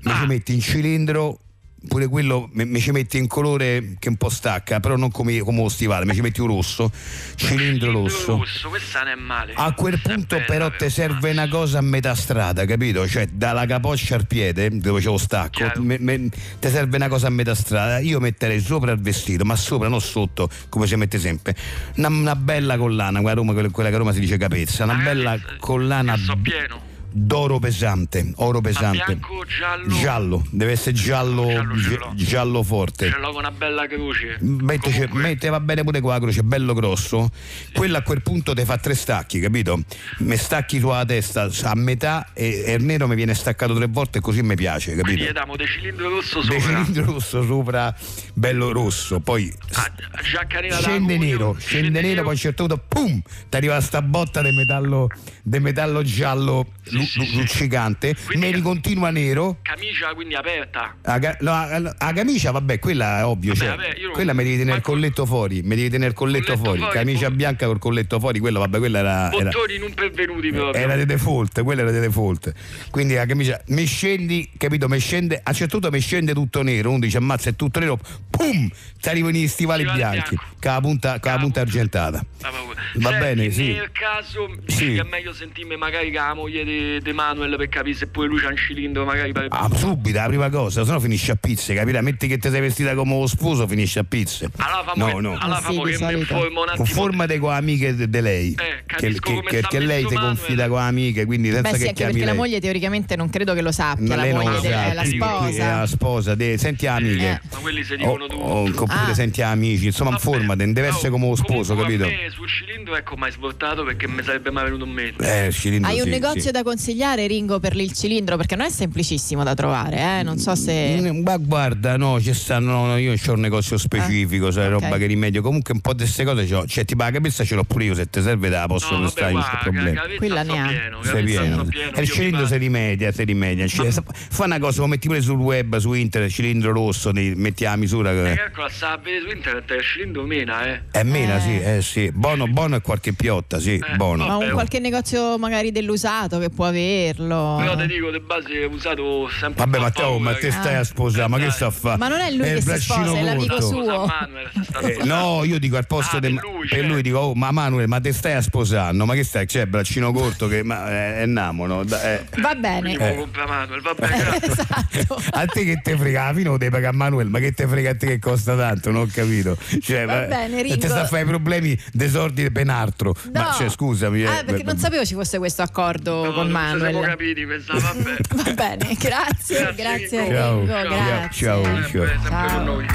Me Ah. ci metti in cilindro, pure quello me, me ci metti in colore che un po' stacca, però non come, come lo stivale, me ci metti un rosso, cilindro rosso. questa non è male. A quel Questa è punto bella, però ti serve una cosa a metà strada, capito? Cioè dalla capoccia al piede, dove c'è lo stacco, Chiaro. ti serve una cosa a metà strada. Io metterei sopra il vestito, ma sopra, non sotto, come si mette sempre. Una, una bella collana, quella, a Roma- quella- quella che a Roma si dice capezza, una Ah, bella eh, collana io so pieno. d'oro pesante, oro pesante. bianco o giallo? Giallo, deve essere giallo, Giallo ce l'ho. gi- giallo forte. Ce l'ho con una bella croce. Mette, cioè, Comunque, mette- va bene pure con la croce, bello grosso. Quello a quel punto ti fa tre stacchi, capito? Mi stacchi sulla testa a metà e, e il nero mi viene staccato tre volte e così mi piace, Quindi gli capito? diamo del cilindro rosso De sopra. cilindro rosso sopra, bello rosso, poi Ah, giacca nera da scende Cugno, nero, scende nero, poi a un certo punto, pum, ti arriva sta botta di metallo, de metallo giallo lu- sì, lu- sì. luccicante, Quindi- ne ricontinua nero. Camicia quindi aperta. La, ca- no, la- la- la camicia, vabbè, quella è ovvio. Vabbè, cioè, vabbè, io non- quella mi devi tenere il manco- colletto fuori. Mi devi tenere il colletto, Colletto fuori. fuori, Camicia poi- bianca col colletto fuori, quella, vabbè, quella era. era... Bottoni non pervenuti proprio. Era di default, quella era di default. Quindi la camicia mi scendi, capito? Mi scende, a un certo punto mi scende tutto nero, uno dice ammazza è tutto nero, pum! Ti arrivano gli stivali Stivali bianchi, bianco. con la punta, con la Con la punta punta. argentata. Ah, ma- Va Senti, bene, sì. Nel caso Sì. dici che è meglio sentirmi magari con la moglie di de, de Manuel per capire se pure lui c'ha un cilindro magari per... Ah, subito, la prima cosa, sennò finisce a pizze, capirà? Metti che ti sei vestita come lo sposo, finisce a pizze. Allora famo no, che, no. allora Eh sì, famo di che mi solito. informo un attimo. Conformate con amiche de- de lei. Eh, che capisco che- come che- sta che lei ti mezzo confida Manuel. con amiche, quindi senza Beh sì, che anche chiami perché la lei. moglie teoricamente non credo che lo sappia, No, esatto, la lei non moglie lo del- sa, è la sì, è sposa. la sposa, de- senti amiche. Oh, Eh, ma quelli si O- dicono tutti. o- oppure Ah. senti amici, insomma, Vabbè. informate, non deve Oh, essere come lo sposo, comunque capito? A me sul cilindro ecco mai svoltato perché mi sarebbe mai venuto in mente. Eh, il cilindro, Hai un sì, negozio sì. da consigliare, Ringo, per il cilindro? Perché non è semplicissimo da trovare, eh? Non so se. Mm, Ma guarda, no, ci stanno, no, no, io ho un negozio specifico, sai, Ah, ok. roba che rimedio. Comunque un po' di queste cose c'ho. Cioè, tipo la capezza ce l'ho pure io, se ti serve te la posso no, prestare, non c'è guarda, problema. capizza Quella sto ne ha. pieno, Sei capizza pieno. sto pieno, E il io cilindro mi si rimedia, si rimedia. Ci- Ma- Fa una cosa, lo metti pure sul web, su internet, cilindro rosso, ti metti la misura. Eh, che- calcola, sta a vedere su internet il cilindro mena, eh. È mena, Eh. sì, eh sì. Bono, bono e qualche piotta, sì, Eh, bono. Ma un vabbè. qualche negozio magari dell'usato che può Però averlo. ti dico, di base ho usato sempre Ah. Vabbè, un po' ma te, oh, ma paura, te che- Eh, stai a sposare, ma che sta a fare? Ma non è lui che il si braccino sposa, è l'amico corto. suo. Scusa, Manuel, sei stato Eh, no, io dico al posto Ah, de- per ma- lui, per certo. lui dico, oh, ma Manuel, ma te stai a sposando? Ma che stai? C'è braccino corto che ma, eh, è namono. da- eh. Va bene. (laughs) (laughs) Quindi può comprare Manuel, Eh, vabbè, grazie. Esatto. A te che te frega, alla fine lo devi pagare a Manuel, ma che te frega a te che costa tanto, non ho capito. Cioè, Va ma- bene, e Ringo. Te sta a fare i problemi desordi e ben altro. Ma No. cioè, scusami. eh, Ah, perché non sapevo ci fosse questo accordo No, con non siamo Manuel. capiti, pensavo, vabbè. (laughs) Va bene, grazie, Grazie, grazie Ringo. Ringo, Ciao, grazie. ciao, ciao. Sempre, sempre Ciao. con noi.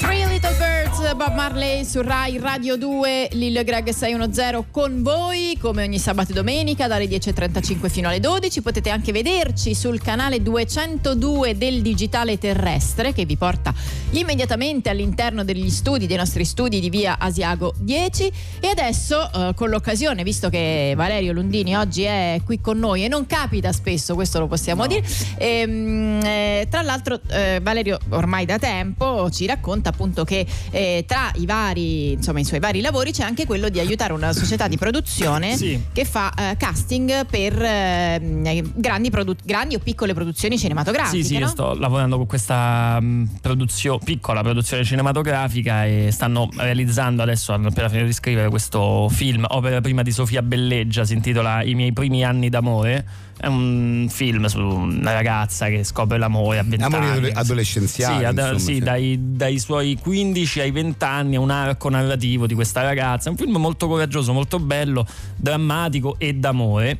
Three Little Birds, Bob Marley su Rai Radio 2, Lillo e Greg 610 con voi come ogni sabato e domenica dalle 10.35 fino alle 12. Potete anche vederci sul canale 202 del Digitale Terrestre che vi porta immediatamente all'interno degli studi, dei nostri studi di via Asiago 10. E adesso eh, con l'occasione, visto che Valerio Lundini oggi è qui con noi e non capita spesso, questo lo possiamo dire, Ehm, eh, tra l'altro eh, Valerio ormai da tempo ci racconta appunto che eh, tra i vari, insomma, i suoi vari lavori c'è anche quello di aiutare una società di produzione Sì. che fa eh, casting per ehm, grandi, produ- grandi o piccole produzioni cinematografiche. Sì, sì, no? io sto lavorando con questa produzione, piccola produzione cinematografica e stanno realizzando adesso, hanno appena finito di scrivere questo film, opera prima di Sofia Belleggia, si intitola I miei primi anni d'amore. È un film su una ragazza che scopre l'amore a 20 Amore anni. adole- adolescenziale, Sì, ad- insomma, sì, cioè. dai, dai suoi 15 ai 20 anni, è un arco narrativo di questa ragazza. È un film molto coraggioso, molto bello, drammatico e d'amore.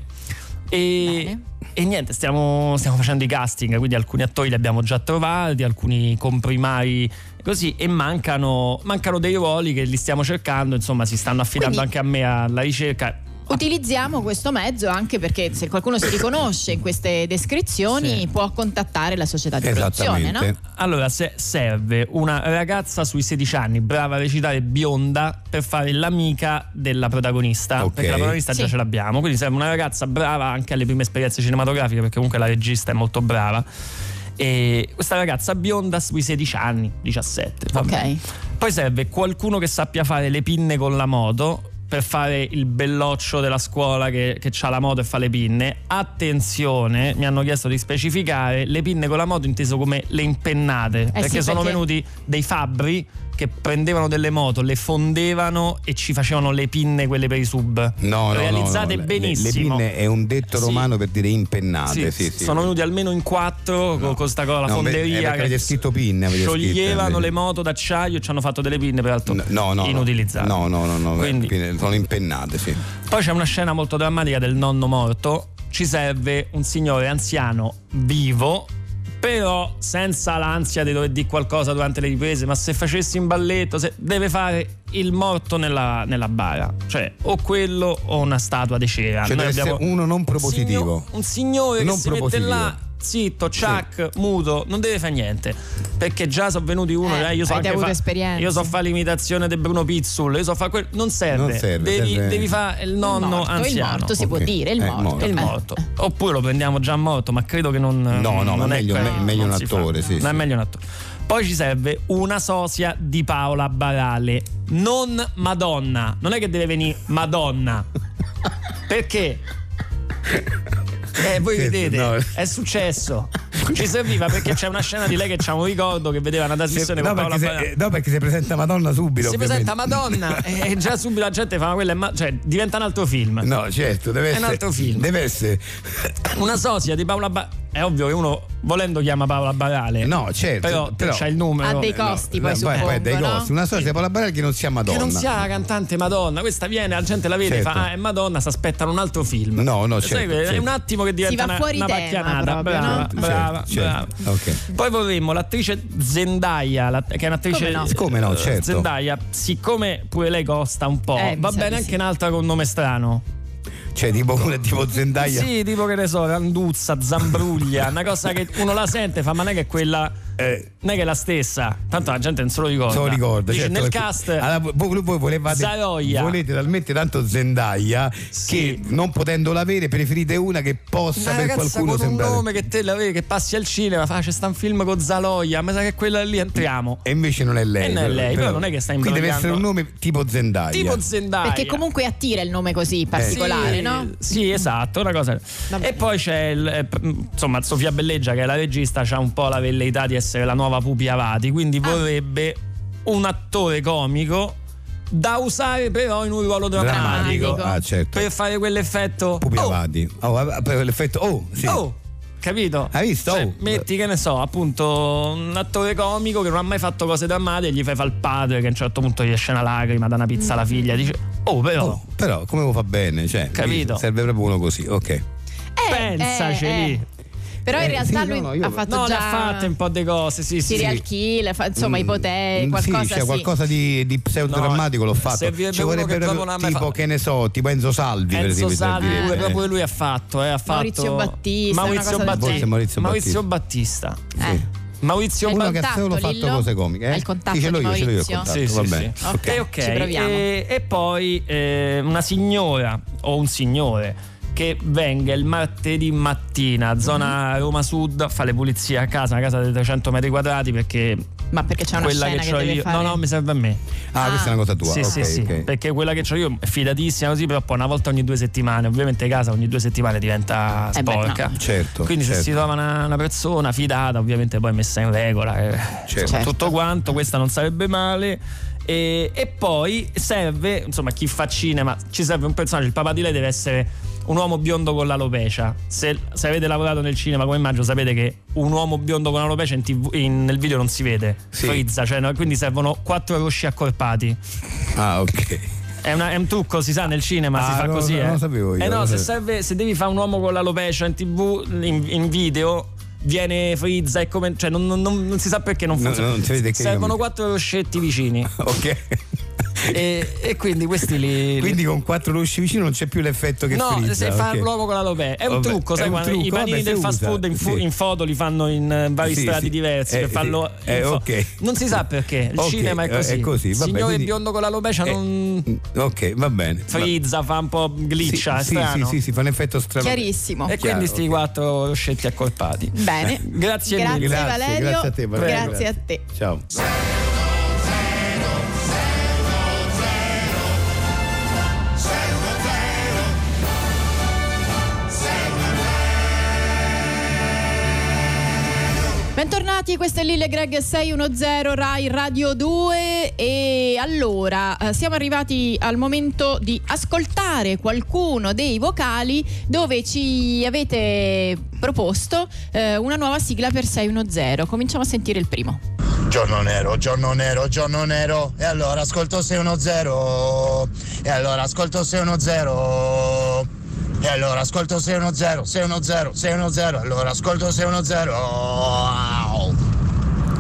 E, Bene. e niente, stiamo, stiamo facendo i casting, quindi alcuni attori li abbiamo già trovati, alcuni comprimari così, e mancano, mancano dei ruoli che li stiamo cercando, insomma si stanno affidando Quindi- anche a me alla ricerca. Utilizziamo questo mezzo anche perché se qualcuno si riconosce in queste descrizioni Sì. può contattare la società di produzione, no? Esattamente. Allora, se serve una ragazza sui 16 anni, brava a recitare, bionda, per fare l'amica della protagonista, Ok. perché la protagonista già Sì. ce l'abbiamo, quindi serve una ragazza brava anche alle prime esperienze cinematografiche, perché comunque la regista è molto brava. E questa ragazza bionda sui 16 anni, 17. va Ok. bene. Poi serve qualcuno che sappia fare le pinne con la moto per fare il belloccio della scuola che, che ha la moto e fa le pinne. Attenzione, mi hanno chiesto di specificare le pinne con la moto inteso come le impennate, perché Eh sì, sono perché- venuti dei fabbri che prendevano delle moto, le fondevano e ci facevano le pinne quelle per i sub. No, no, no, realizzate no, le- benissimo. Le, pinne è un detto Sì. romano per dire impennate. Sì, Ah, Sì, sì. sono venuti almeno in quattro con questa cosa, la No, beh, eh, fonderia perché avete scritto pinne, avete scritto, scioglievano invece. le moto d'acciaio e ci hanno fatto delle pinne peraltro No, no, no. inutilizzate. No, no, no, no, Quindi- pinne- sono impennate, sì. Poi c'è una scena molto drammatica del nonno morto. Ci serve un signore anziano vivo, però senza l'ansia di dover dire qualcosa durante le riprese. Ma se facessi un balletto, se- deve fare il morto nella, nella bara, cioè o quello o una statua di cera. Cioè, Noi deve essere abbiamo uno non signo- propositivo. un signore Non che si mette propositivo. là, zitto, ciac, muto, non deve fare niente. Perché già sono venuti uno, Eh, eh, io so avete anche avuto fa- esperienze. Io so fare l'imitazione di Bruno Pizzul, io so fare quello. Non serve. Non serve, devi, serve- devi fare il nonno il morto, il anziano. morto si può Ok. dire, il Eh, morto. morto. Il Eh. morto. Oppure lo prendiamo già morto, ma credo che non. No, no, non ma è meglio- quello, me- meglio non un si fa. attore, sì, No, è sì. meglio un attore. Poi ci serve una sosia di Paola Barale, non Madonna. Non è che deve venire (laughs) Madonna. Perché? Eh, voi Sì, vedete, no. è successo. Ci serviva perché c'è una scena di lei che c'ha un ricordo che vedeva una Se- trasmissione no, con Paola perché se, Baia. eh, no, perché si presenta Madonna subito. Si ovviamente. presenta Madonna e e già subito la gente fa ma quella, è ma-" cioè diventa un altro film. (laughs) No, certo, deve È un essere. altro film. Deve essere. Una sosia di Paola Ba- È ovvio che uno volendo chiama Paola Barale. No, certo. Però, però- Eh, c'ha il numero. Ha dei che costi, poi, suppongo, dei no? costi. Una storia di Paola Barelli che non sia Madonna. non sia la cantante Madonna, questa viene, la gente la vede Certo. e fa ah, è Madonna, si aspettano un altro film. No, no, Sai, certo, è certo. un attimo che diventa Si va una, fuori una tema pacchianata. proprio, brava, no? brava, Certo, certo. brava. Ok. Poi vorremmo l'attrice Zendaya, la- che è un'attrice Come no? Come no, eh, certo. Zendaya, siccome pure lei costa un po', Eh, mi va sa di bene sì. anche un'altra con nome strano. Cioè, tipo, una- tipo Zendaya. Sì, tipo che ne so, Randuzza, (laughs) Zambruglia, una cosa che uno la sente, fa ma non è che quella Eh. non è che è la stessa. Tanto la gente non se lo ricorda. Solo ricordo, Dice, certo, nel perché- cast Allora, voi, voi volevate, Zaroia. volete talmente tanto Zendaya Sì. che non potendola avere preferite una che Una possa per ragazza qualcuno con sembrare un nome che te la vedi che passi al cinema, fa "Ah, c'è sta un film con Zaloia, ma sa che quella lì entriamo. e invece non è lei. E non è lei, però non è che sta Quindi deve imbrogliando. essere un nome tipo Zendaya. Tipo Zendaya. Perché comunque attira il nome Eh, così particolare, Sì, no? Sì, esatto, una cosa. Vabbè. E poi c'è il, eh, p- insomma Sofia Belleggia che è la regista, ha un po' la velleità di essere la nuova Pupi Avati, quindi Ah. vorrebbe un attore comico da usare però in un ruolo Drammatico. drammatico, Ah, certo. per fare quell'effetto Pupi "Oh, Avati. Oh, ah, per l'effetto oh, sì. Oh, capito? Hai visto? Cioè, Oh. metti che ne so, appunto, un attore comico che non ha mai fatto cose drammatiche e gli fai fa il padre che a un certo punto gli esce una lacrima, dà una pizza alla figlia, dice "Oh, però Oh, però come lo fa bene, cioè, Capito. serve proprio uno così, ok. Eh, pensaci eh, lì". eh. Però Eh, in realtà sì, no, lui no, io- ha fatto No, già ne ha fatte un po' di cose, sì, sì. serial sì. killer, fa- insomma, Mm, ipotei, mm, qualcosa sì, cioè, sì. qualcosa di, di pseudodrammatico l'ho fatto. servirebbe Ci uno vorrebbe che proprio proprio non ha mai tipo fatto. che ne so, tipo Enzo Salvi per Enzo esempio, Salvi, per pure dire. proprio lui ha fatto, eh, ha fatto Maurizio Battista, Maurizio una cosa del Battista. genere. Forse Maurizio Battista. Eh, sì. Maurizio Battista. Eh, Uno che contatto, solo ha fatto Lillo? cose comiche. Eh? Hai il contatto Sì, ce l'ho di io, ce l'ho io il Maurizio? contatto. Sì, sì, va sì. bene. Ok. Eh, ok. Ci proviamo. E, e poi eh, una signora o un signore che venga il martedì mattina, zona Mm-hmm. Roma Sud, fa le pulizie a casa, una casa di 300 metri quadrati perché Ma perché c'è una quella scena che, che, ho deve io. fare. No, no, mi serve a me. Ah, questa è una cosa tua. Sì, ok, sì, sì, ok. perché quella che ho io è fidatissima così, però poi una volta ogni due settimane, ovviamente casa ogni due settimane diventa Eh beh, no. sporca. Certo, Quindi certo. se si trova una, una persona fidata, ovviamente poi messa in regola, eh, Certo. insomma, Certo. tutto quanto, questa non sarebbe male. E, e poi serve, insomma, chi fa cinema, ci serve un personaggio, il papà di lei deve essere un uomo biondo con l'alopecia. Se, se avete lavorato nel cinema come immagino sapete che un uomo biondo con l'alopecia in TV in- nel video non si vede, Sì. frizza, cioè, no, quindi servono quattro rosci accorpati. Ah, ok. (laughs) È, una- è un trucco, si sa, nel cinema Ah, si fa no, così. no, eh. non lo sapevo io, Eh non no, lo se, sapevo. serve- se devi fare un uomo con l'alopecia in tv, in, in video, viene frizza e come. cioè non, non- non- non si sa perché non No, funziona. no, non si vede che- Servono quattro roscetti vicini. Ok. e, e quindi questi li. li- Quindi con quattro luci vicino non c'è più l'effetto che No, frizza, se fa ok. l'uomo con l'alopecia è un Vabbè, trucco, è sai un quando trucco, i panini vabbè, del si fast usa, food in, fu- sì. in foto li fanno in eh, vari Sì, strati sì. diversi Eh, per sì. farlo in Eh, fo- ok. non si sa perché il Ok, cinema è eh, così, è così, vabbè, signore quindi- biondo con l'alopecia Eh, non Ok, va bene. Va- frizza, fa un po' gliccia, è sì, sì, strano. sì, sì, sì, fa un effetto strano. Chiarissimo. E Chiaro, quindi sti ok. quattro scelti accorpati. Bene. Eh, (laughs) Grazie mille. Grazie, Valerio. grazie a te, Valerio. Grazie a te. Ciao. Bentornati, questo è Lille Greg 610 Rai Radio 2 e allora eh, siamo arrivati al momento di ascoltare qualcuno dei vocali dove ci avete proposto eh, una nuova sigla per 610. Cominciamo a sentire il primo. Giorno nero, giorno nero, giorno nero. E allora ascolto 610. E allora ascolto 610. E allora ascolto 610, 610, 610. Allora ascolto 610. Au.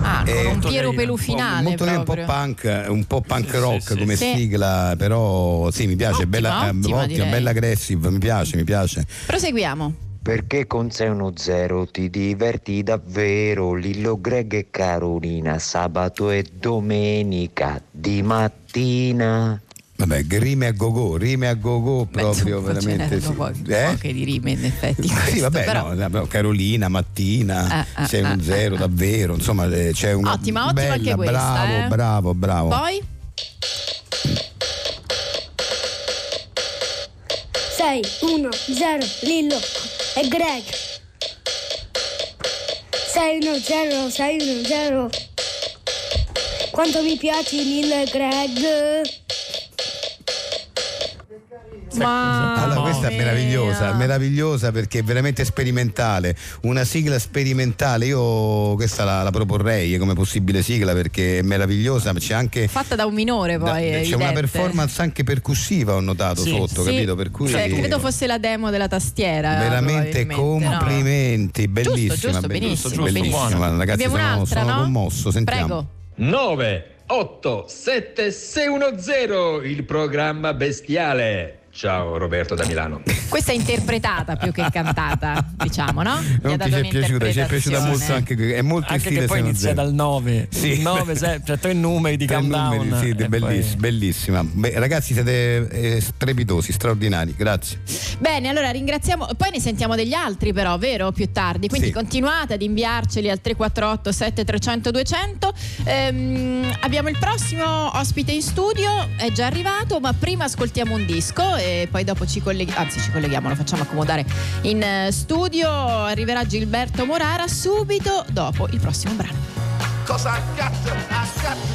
Ah, Eh, con un molto Piero carino. Pelù finale molto un po' proprio. punk, eh, un po' punk Sì, rock sì, sì. come Sì. sigla, però sì, mi piace, Ottima, bella, eh, ottima, direi. bella aggressive, mi piace, mi piace. Proseguiamo. Perché con 610 ti diverti davvero, Lillo Greg e Carolina, sabato e domenica di mattina. Vabbè, rime a go-go, rime a go-go Beh, proprio insomma, ce veramente. n'erano sì. poche, Eh? poche di rime in effetti. in (laughs) Sì, questo, vabbè, però. no, no, Carolina, Mattina, Ah, ah, sei un ah, zero ah, ah. davvero, insomma eh, c'è una Ottima, ottima bella, anche questa, bravo, eh. bravo, bravo. Poi 6, 1, 0, Lillo e Greg. 610, 610. Quanto mi piaci Lil Greg? Ma Allora, Mamma questa è mia. meravigliosa, meravigliosa perché è veramente sperimentale, una sigla sperimentale, io questa la, la proporrei come possibile sigla perché è meravigliosa, c'è anche fatta da un minore poi. da- c'è è una evidente. performance anche percussiva, ho notato Sì. sotto, Sì, capito? Per cui cioè, credo fosse la demo della tastiera. veramente probabilmente, no? complimenti, Giusto, bellissima, giusto, bellissima, benissimo, bellissima. benissimo. Guarda, ragazzi, Abbiamo sono, un'altra, sono no? commosso, sentiamo. Prego. 9 8 7 6 1 il programma bestiale. Ciao Roberto da Milano. Questa è interpretata più che cantata, diciamo, (laughs) no? Gli ha Non dato ti è piaciuta, ci è piaciuta un'interpretazione. molto anche è molto in Anche stile che poi Seno inizia Zero. dal 9. Sì. 9, cioè tre numeri di Tre countdown. numeri, sì, e belliss- poi- bellissima. Beh, ragazzi, siete eh, strepitosi, straordinari. Grazie. Bene, allora ringraziamo, poi ne sentiamo degli altri però, vero? Più tardi, quindi Sì. continuate ad inviarceli al 348 7300 200. Ehm, abbiamo il prossimo ospite in studio, è già arrivato, ma prima ascoltiamo un disco e poi dopo ci colleghiamo, anzi ci colleghiamo, lo facciamo accomodare in eh, studio, arriverà Gilberto Morara subito dopo il prossimo brano.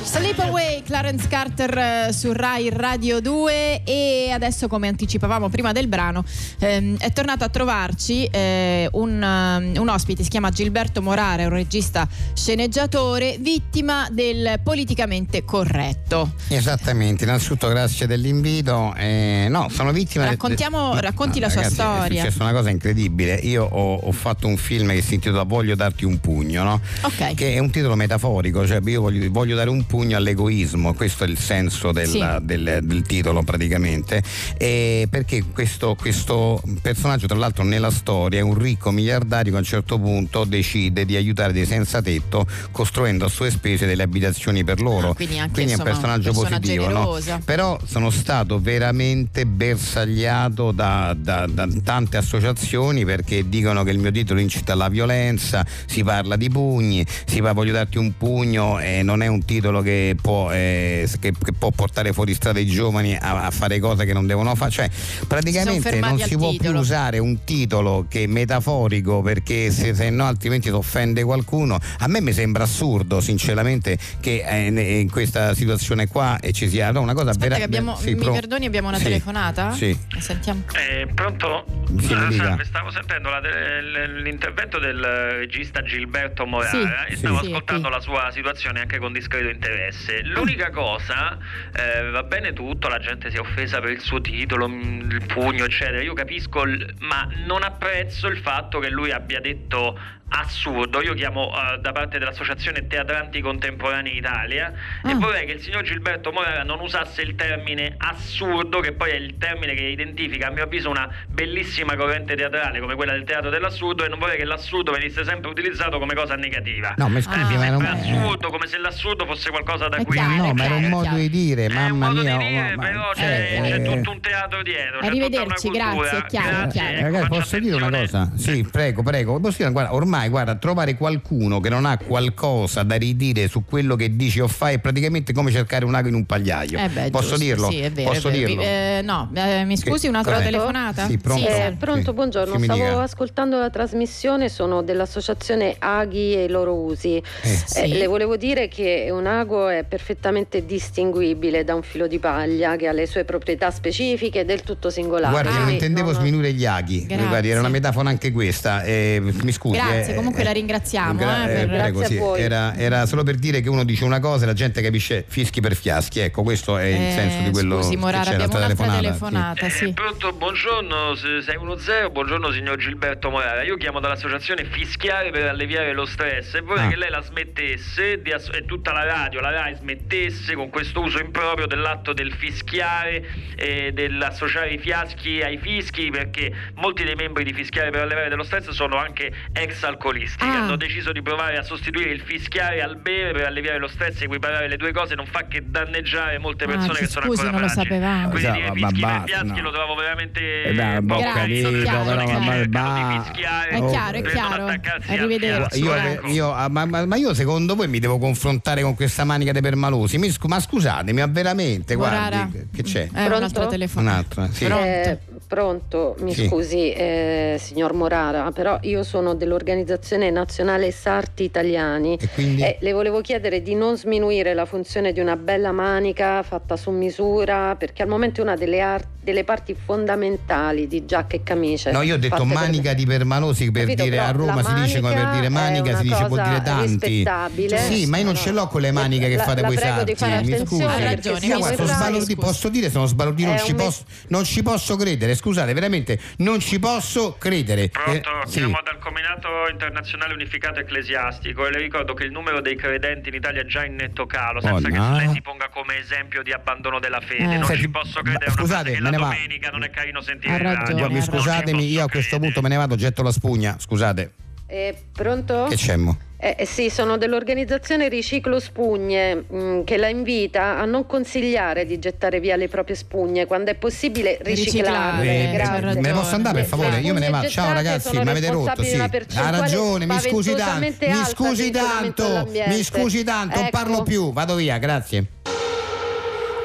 Sleep Away, Clarence Carter eh, su Rai Radio 2 e adesso come anticipavamo prima del brano ehm, è tornato a trovarci eh, un, ehm, un ospite, si chiama Gilberto Morara, è un regista sceneggiatore, vittima del politicamente corretto. Esattamente, innanzitutto grazie dell'invito. Eh, no, sono vittima. Raccontiamo- de- racconti la sua ragazzi, storia. È successa una cosa incredibile. Io ho, ho fatto un film che si intitola Voglio darti un pugno, no? Ok. Che è un titolo metaforico, cioè io voglio, voglio dare un pugno all'egoismo, questo è il senso del, Sì. del- del titolo praticamente. E perché questo, questo personaggio, tra l'altro, nella storia è un ricco miliardario che a un certo punto decide di aiutare dei senza tetto costruendo a sue spese delle abitazioni per loro. Ah, quindi anche, è un insomma, personaggio persona positivo, no? generosa. però sono stato veramente bersagliato da, da- da tante associazioni perché dicono che il mio titolo incita alla violenza, si parla di pugni, si va voglio darti un pugno e non è un titolo che può, eh, che- che può portare fuori strada i giovani a, a fare cose che non devono fare, cioè praticamente fermati non al si può titolo. più usare un titolo che è metaforico perché se, se no altrimenti ti offende qualcuno. A me mi sembra assurdo sinceramente che eh, ne- in questa situazione qua eh, ci sia no, una cosa Aspetta vera- che abbiamo, sì, mi pro- perdoni, abbiamo una sì, telefonata? Sì. La Sentiamo. Eh, pronto? Sì, Ah, dica. salve, stavo sentendo la tele- l- l'intervento del regista Gilberto Morara e Sì, sì. stavo Sì, ascoltando sì. la sua situazione anche con discreto interesse. L'unica cosa, eh, va bene tutto, la gente si è offesa per il suo titolo, mh, il pugno, eccetera, io capisco, il- ma non apprezzo il fatto che lui abbia detto assurdo, io chiamo eh, da parte dell'Associazione Teatranti Contemporanei Italia e Ah. vorrei che il signor Gilberto Morara non usasse il termine assurdo, che poi è il termine che identifica a mio avviso una bellissima corrente teatrale come quella del teatro dell'assurdo e non vorrei che l'assurdo venisse sempre utilizzato come cosa negativa. No, mi Eh, scusi, Ah, ma era sempre un, assurdo, come se l'assurdo fosse qualcosa da È cui... chiaro, no, ma era un chiaro, modo di dire, È un mamma modo mia. di dire, oh, ma- però c'è, eh, c'è eh. tutto un teatro dietro. c'è Arrivederci, tutta una cultura. grazie, è chiaro, Grazie, chiaro. ecco, Eh, cioè, Ragazzi, faccia posso dire una attenzione. cosa? Sì, prego, prego. Posso dire, guarda, ormai, guarda, trovare qualcuno che non ha qualcosa da ridire su quello che dici o fai è praticamente come cercare un ago in un pagliaio. Eh beh, posso giusto, dirlo? Sì, è vero, posso è vero. dirlo? Eh, no, eh, mi Che- scusi, un'altra cos'è? telefonata? Sì, pronto? eh, Sì. Pronto, buongiorno. Sì, mi Stavo dica. ascoltando la trasmissione, sono dell'associazione Aghi e i loro usi. Eh. Sì. Eh, le volevo dire che un ago è perfettamente distinguibile da un filo di paglia che ha le sue proprietà specifiche del tutto singolari. Guardi, non Quindi intendevo non- sminuire gli aghi, Grazie. guardi, era una metafora anche questa. eh, mi scusi. Grazie, eh, comunque eh, la ringraziamo, eh, per- prego, Grazie a sì, voi. Era, era solo per dire che uno dice una cosa e la gente capisce fischi per fiaschi. Ecco, questo è il Eh, senso di quello scusi, che Morara, c'è, abbiamo l'altra un'altra sì. telefonata, sì. Eh, pronto, buongiorno, se- 610, buongiorno signor Gilberto Morara. Io chiamo dall'associazione Fischiare per alleviare lo stress e vorrei Ah. che lei la smettesse di ass- e tutta la radio, la RAI smettesse con questo uso improprio dell'atto del fischiare e dell'associare i fiaschi ai fischi perché molti dei membri di Fischiare per alleviare dello stress sono anche ex alcolisti che Ah. hanno deciso di provare a sostituire il fischiare al bere per alleviare lo stress e equiparare le due cose non fa che danneggiare molte Ah, persone ci che sono scusi, ancora non lo fragili. sapevamo. Quindi Sa- dire Esatto, ma fischi per basta, fiaschi no. lo trovo veramente Eh, beh, poco ho carino Grazie, capito, delle però, persone ma- che cercano ma- di eh, fischiare È chiaro, è per non chiaro. attaccarsi al Arrivederci. Io, fiasco. Ecco. io- ah, ma, ma- ma io secondo voi mi devo confrontare con questa manica dei permalosi? Mi scu- ma scusatemi, ma veramente, Morara. guardi, che c'è? Eh, un'altra Pronto? telefonata. Un'altra, sì. Pronto? Eh, Pronto, mi Sì. scusi eh, signor Morara, però io sono dell'Organizzazione Nazionale Sarti Italiani e, Eh, le volevo chiedere di non sminuire la funzione di una bella manica fatta su misura, perché al momento è una delle, ar- delle parti fondamentali di giacca e camice. No, io ho detto fatte per- manica di permalosi per Capito, dire però a Roma la si dice come per manica dire è manica, una si dice vuol cosa dire tanti. rispettabile. Sì, ma io non ce l'ho con le maniche che la- fate la voi prego sarti. di fare Mi scusi. attenzione, Hai perché ragione, Io mi guarda, sono sembra- sbalordi- posso dire, sono sbalordino, non, È ci un mes- posso- non ci posso credere. Scusate, veramente non ci posso credere. Pronto, Eh, sì. siamo dal Cominato Internazionale Unificato Ecclesiastico e le ricordo che il numero dei credenti in Italia è già in netto calo, senza Oh, che no. lei si ponga come esempio di abbandono della fede. Eh. Non Senti, ci posso credere, è una frase Scusate, che me la ne va. domenica non è carino sentire Ha in ragione, radio. ha Guardi, ragione. scusatemi, io a questo punto me ne vado, getto la spugna. Scusate, Eh, pronto? che c'è? mo? Eh, eh, sì, sono dell'organizzazione Riciclo Spugne mh, che la invita a non consigliare di gettare via le proprie spugne quando è possibile riciclare. Eh, Ah, Grazie. me ne posso andare per favore? Io me ne vado. Ciao gettate ragazzi, sono mi avete rotto. responsabili Sì. di una Ha percentuale ragione, mi scusi tanto. spaventosamente Mi alta scusi di inquinamento tanto, dell'ambiente. mi scusi tanto, non Ecco. parlo più, vado via, grazie.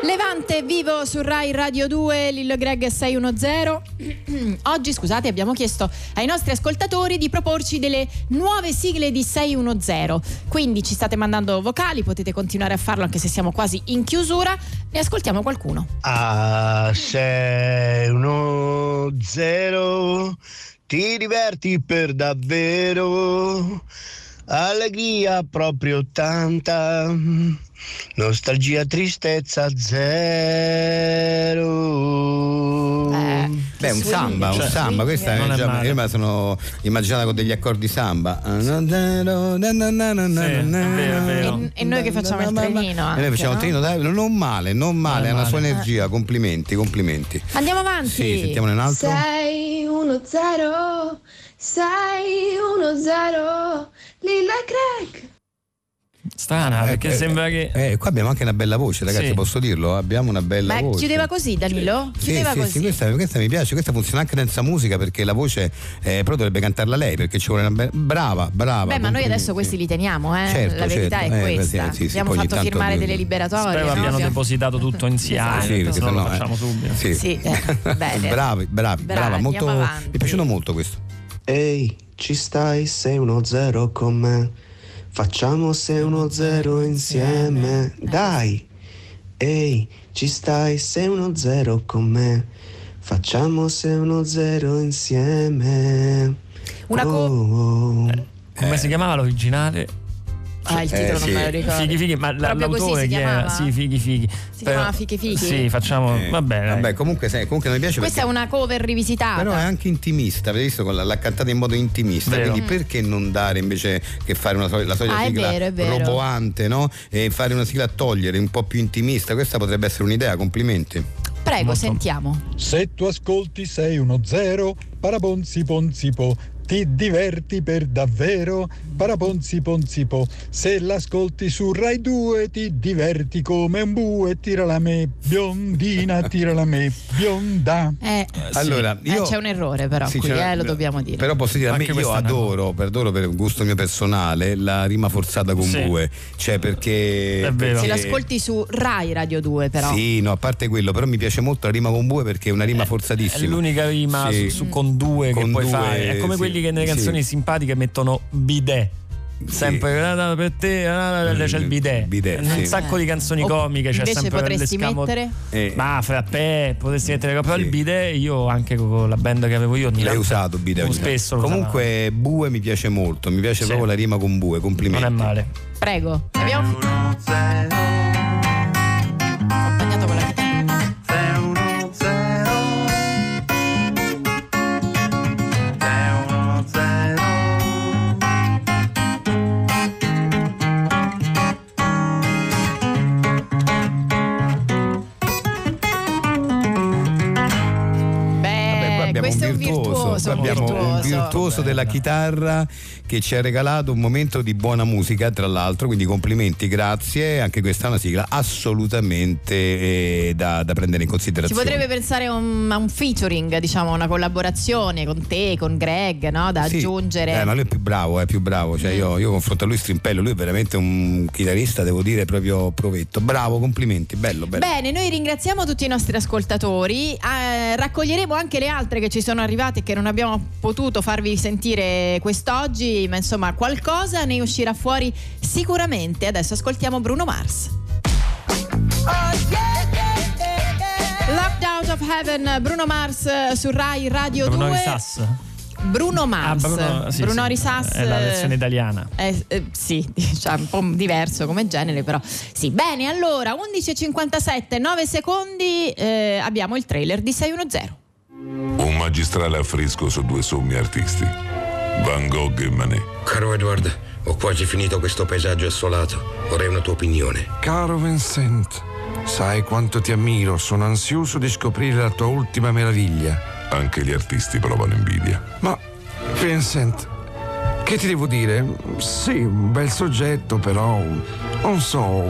Levante vivo su Rai Radio 2, Lillo e Greg 610. (clears throat) Oggi, scusate, abbiamo chiesto ai nostri ascoltatori di proporci delle nuove sigle di 610. Quindi ci state mandando vocali, potete continuare a farlo anche se siamo quasi in chiusura. Ne ascoltiamo qualcuno. Ah, sei uno zero, ti diverti per davvero, allegria proprio tanta, nostalgia, tristezza zero. Beh, un samba, un samba, questa è già- io me la sono immaginata con degli accordi samba. E, e noi che facciamo il trenino. E anche, Eh, no? noi facciamo Eh. un trino, dai, non male, non male, ha una sua energia, complimenti, complimenti. Andiamo avanti. Sì, sentiamone un altro. 610 610 Lilla Craig Strana, perché sembra che. Eh, qua abbiamo anche una bella voce, ragazzi, Sì. posso dirlo? Abbiamo una bella Ma voce. chiudeva così, Danilo? Sì, Chiudeva sì, così. sì, questa, questa mi piace, questa funziona anche senza musica perché la voce eh, però dovrebbe cantarla lei perché ci vuole una be- brava, brava. Beh, ma noi complimenti. adesso questi li teniamo, eh? Certo, la verità certo. è Eh, questa. sì, sì, sì, Abbiamo poi ogni fatto tanto firmare ogni- delle liberatorie. Spero abbiano no? Cioè, depositato tutto insieme. Sì, perché se no sennò, lo eh, facciamo subito. Sì. Sì, eh, bene. Bravi, bravi, Bravi, brava, molto andiamo avanti. mi è piaciuto molto questo. Ehi, ci stai 610 con me? Facciamo 610 insieme, dai! Ehi, ci stai 610 con me? Facciamo 610 insieme. Una co- Oh. Come si chiamava l'originale? Ah, Eh, il titolo non me lo ricordo. Fighi fighi, ma la- Proprio così l'autore si chi chiamava? era? Sì, fighi fighi. Eh, Si chiamava Fighi Fighi? Sì, facciamo. Eh, Va bene. Vabbè, comunque, sai, comunque mi piace Questa è perché una cover rivisitata. però eh, è anche intimista, avete visto? Con la- L'ha cantata in modo intimista, Vero. quindi perché non dare invece che fare una soli- la solita Ah, è sigla vero, è vero. roboante, no? E fare una sigla a togliere, un po' più intimista, questa potrebbe essere un'idea, complimenti. Prego, sentiamo. Se tu ascolti 610, paraponzi ponzipo, ti diverti per davvero, paraponzi ponzipo. Se l'ascolti su Rai 2 ti diverti come un bue, tira la me, biondina, tira la me, bionda. Eh, Allora, eh, io- c'è un errore però Sì, qui, c'è- eh, lo dobbiamo dire. Però posso dire, a me Anche io questa è una- adoro, per- adoro per gusto mio personale, la rima forzata con Sì. bue. Cioè, perché. Se perché- l'ascolti su Rai Radio 2 però. Sì, no, a parte quello, però mi piace molto la rima con bue perché è una rima forzatissima. Eh, È l'unica rima Sì. su, su con due Con che puoi due, fare. È come sì, quelli che nelle sì. canzoni simpatiche mettono bidet. Sempre "Ah, no, per te ah, no, c'è il bidet. bidet, un sì. sacco di canzoni O- comiche. C'è invece sempre potresti l'escamo- mettere? Eh. Ma frappè, potresti mettere però il bidet. Io anche con la band che avevo io. ogni L'hai tanto- usato Bide ogni tanto. Spesso lo Comunque Bue mi piace molto, mi piace Sì. proprio la rima con Bue, complimenti. Non è male. Prego. Abbiamo Eh. accompagnato con la chitarra. Beh, qua abbiamo Eh, questo è un un virtuoso, virtuoso, Qua abbiamo un virtuoso. virtuoso della chitarra che ci ha regalato un momento di buona musica, tra l'altro, quindi complimenti, grazie. Anche questa è una sigla assolutamente eh, da, da prendere in Si considerazione. potrebbe pensare a un, a un featuring, diciamo, a una collaborazione con te, con Greg, no? da Sì. aggiungere. Mm. Eh, ma lui è più bravo, è più bravo. Cioè, io, io confronto a lui strimpello, lui è veramente un chitarrista, devo dire, proprio provetto. Bravo, complimenti, bello, bello. Bene, noi ringraziamo tutti i nostri ascoltatori, eh, raccoglieremo anche le altre che ci sono arrivate e che non abbiamo potuto farvi sentire quest'oggi, ma insomma qualcosa ne uscirà fuori sicuramente. Adesso ascoltiamo Bruno Mars. Locked Out of Heaven, Bruno Mars eh, su Rai Radio Bruno 2. Sass. Bruno Mars, Ah, Bruno, sì, Brunori sì. Sass, È la versione eh, italiana. eh, eh, sì, (laughs) cioè un po' diverso come genere, però. Sì, bene, allora 11.57, 9 secondi, eh, abbiamo il trailer di 610. Un magistrale affresco su due sommi artisti, Van Gogh e Manet. Caro Edward, ho quasi finito questo paesaggio assolato. Vorrei una tua opinione. Caro Vincent, sai quanto ti ammiro, sono ansioso di scoprire la tua ultima meraviglia. Anche gli artisti provano invidia. Ma, Vincent, che ti devo dire? Sì, un bel soggetto, però, non so,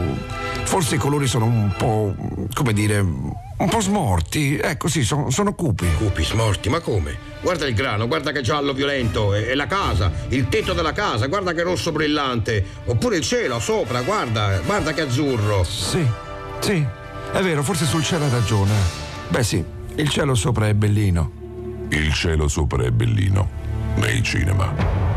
forse i colori sono un po', come dire, un po' smorti. Ecco, sì, sono, sono cupi. Cupi, smorti, ma come? Guarda il grano, guarda che giallo violento, e, e la casa, il tetto della casa, guarda che rosso brillante, oppure il cielo sopra, guarda, guarda che azzurro. Sì, sì, è vero, forse sul cielo hai ragione. Beh sì, il cielo sopra è bellino. Il cielo sopra è bellino, nei cinema.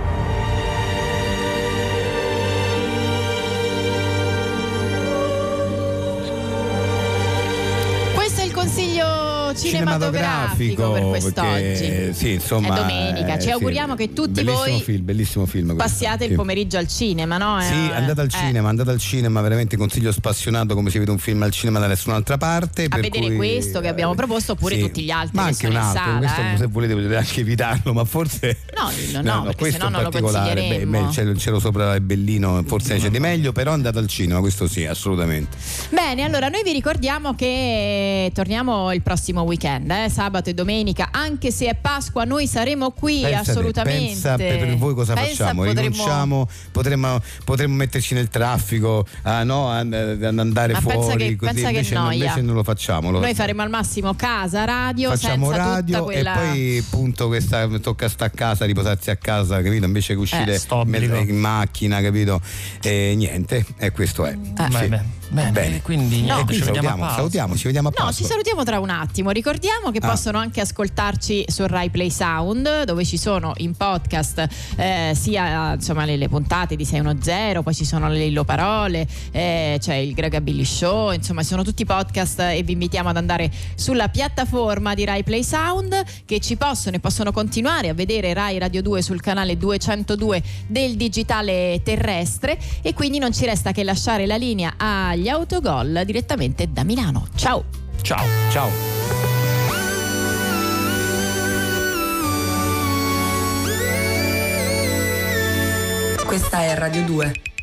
Questo è il consiglio cinematografico, per quest'oggi. perché, sì, insomma, è domenica, eh, ci sì. auguriamo che tutti bellissimo voi film, bellissimo film questo, passiate il sì. pomeriggio al cinema, no? Eh, Sì, andate al eh, cinema, andate al cinema, veramente consiglio spassionato come si vede un film al cinema da nessun'altra parte. A per vedere cui- questo che abbiamo proposto oppure sì, tutti gli altri Ma che anche sono un in altro, sala. questo eh. se volete potete anche evitarlo, ma forse. No, (laughs) no, perché sennò non lo Beh, consiglieremmo. beh, il cielo- il cielo sopra è bellino, forse c'è di meglio, però andate al cinema, questo sì, assolutamente. Bene, allora noi vi ricordiamo che torniamo il prossimo weekend, eh, sabato e domenica, anche se è Pasqua noi saremo qui Pensate, assolutamente. Pensa per per voi cosa Pensa facciamo? potremmo- Rinunciamo, potremmo, potremmo metterci nel traffico, a, no, a- ad andare Ma pensa fuori, che- così pensa che invece, no, noia. invece non lo facciamo. lo Noi faremo al massimo casa, radio, facciamo senza radio tutta quella... e poi appunto questa tocca sta a casa, riposarsi a casa, capito? Invece che uscire Eh, stobbligo. mentre- in macchina, capito? E niente, e questo è. Eh. Ah, Sì. Bene, bene, Quindi E niente, quindi ci vediamo a salutiamo, pausa. salutiamo, ci vediamo a No, Pasqua. ci salutiamo tra un attimo. Ricordiamo che Ah. possono anche ascoltarci su Rai Play Sound, dove ci sono in podcast eh, sia insomma, le, le puntate di 610, poi ci sono le Illo Parole, eh, c'è il Greg Billy Show, insomma, ci sono tutti podcast eh, e vi invitiamo ad andare sulla piattaforma di Rai Play Sound che ci possono e possono continuare a vedere Rai Radio 2 sul canale 202 del digitale terrestre e quindi non ci resta che lasciare la linea agli autogol direttamente da Milano. Ciao! Ciao, ciao. Questa è Radio 2.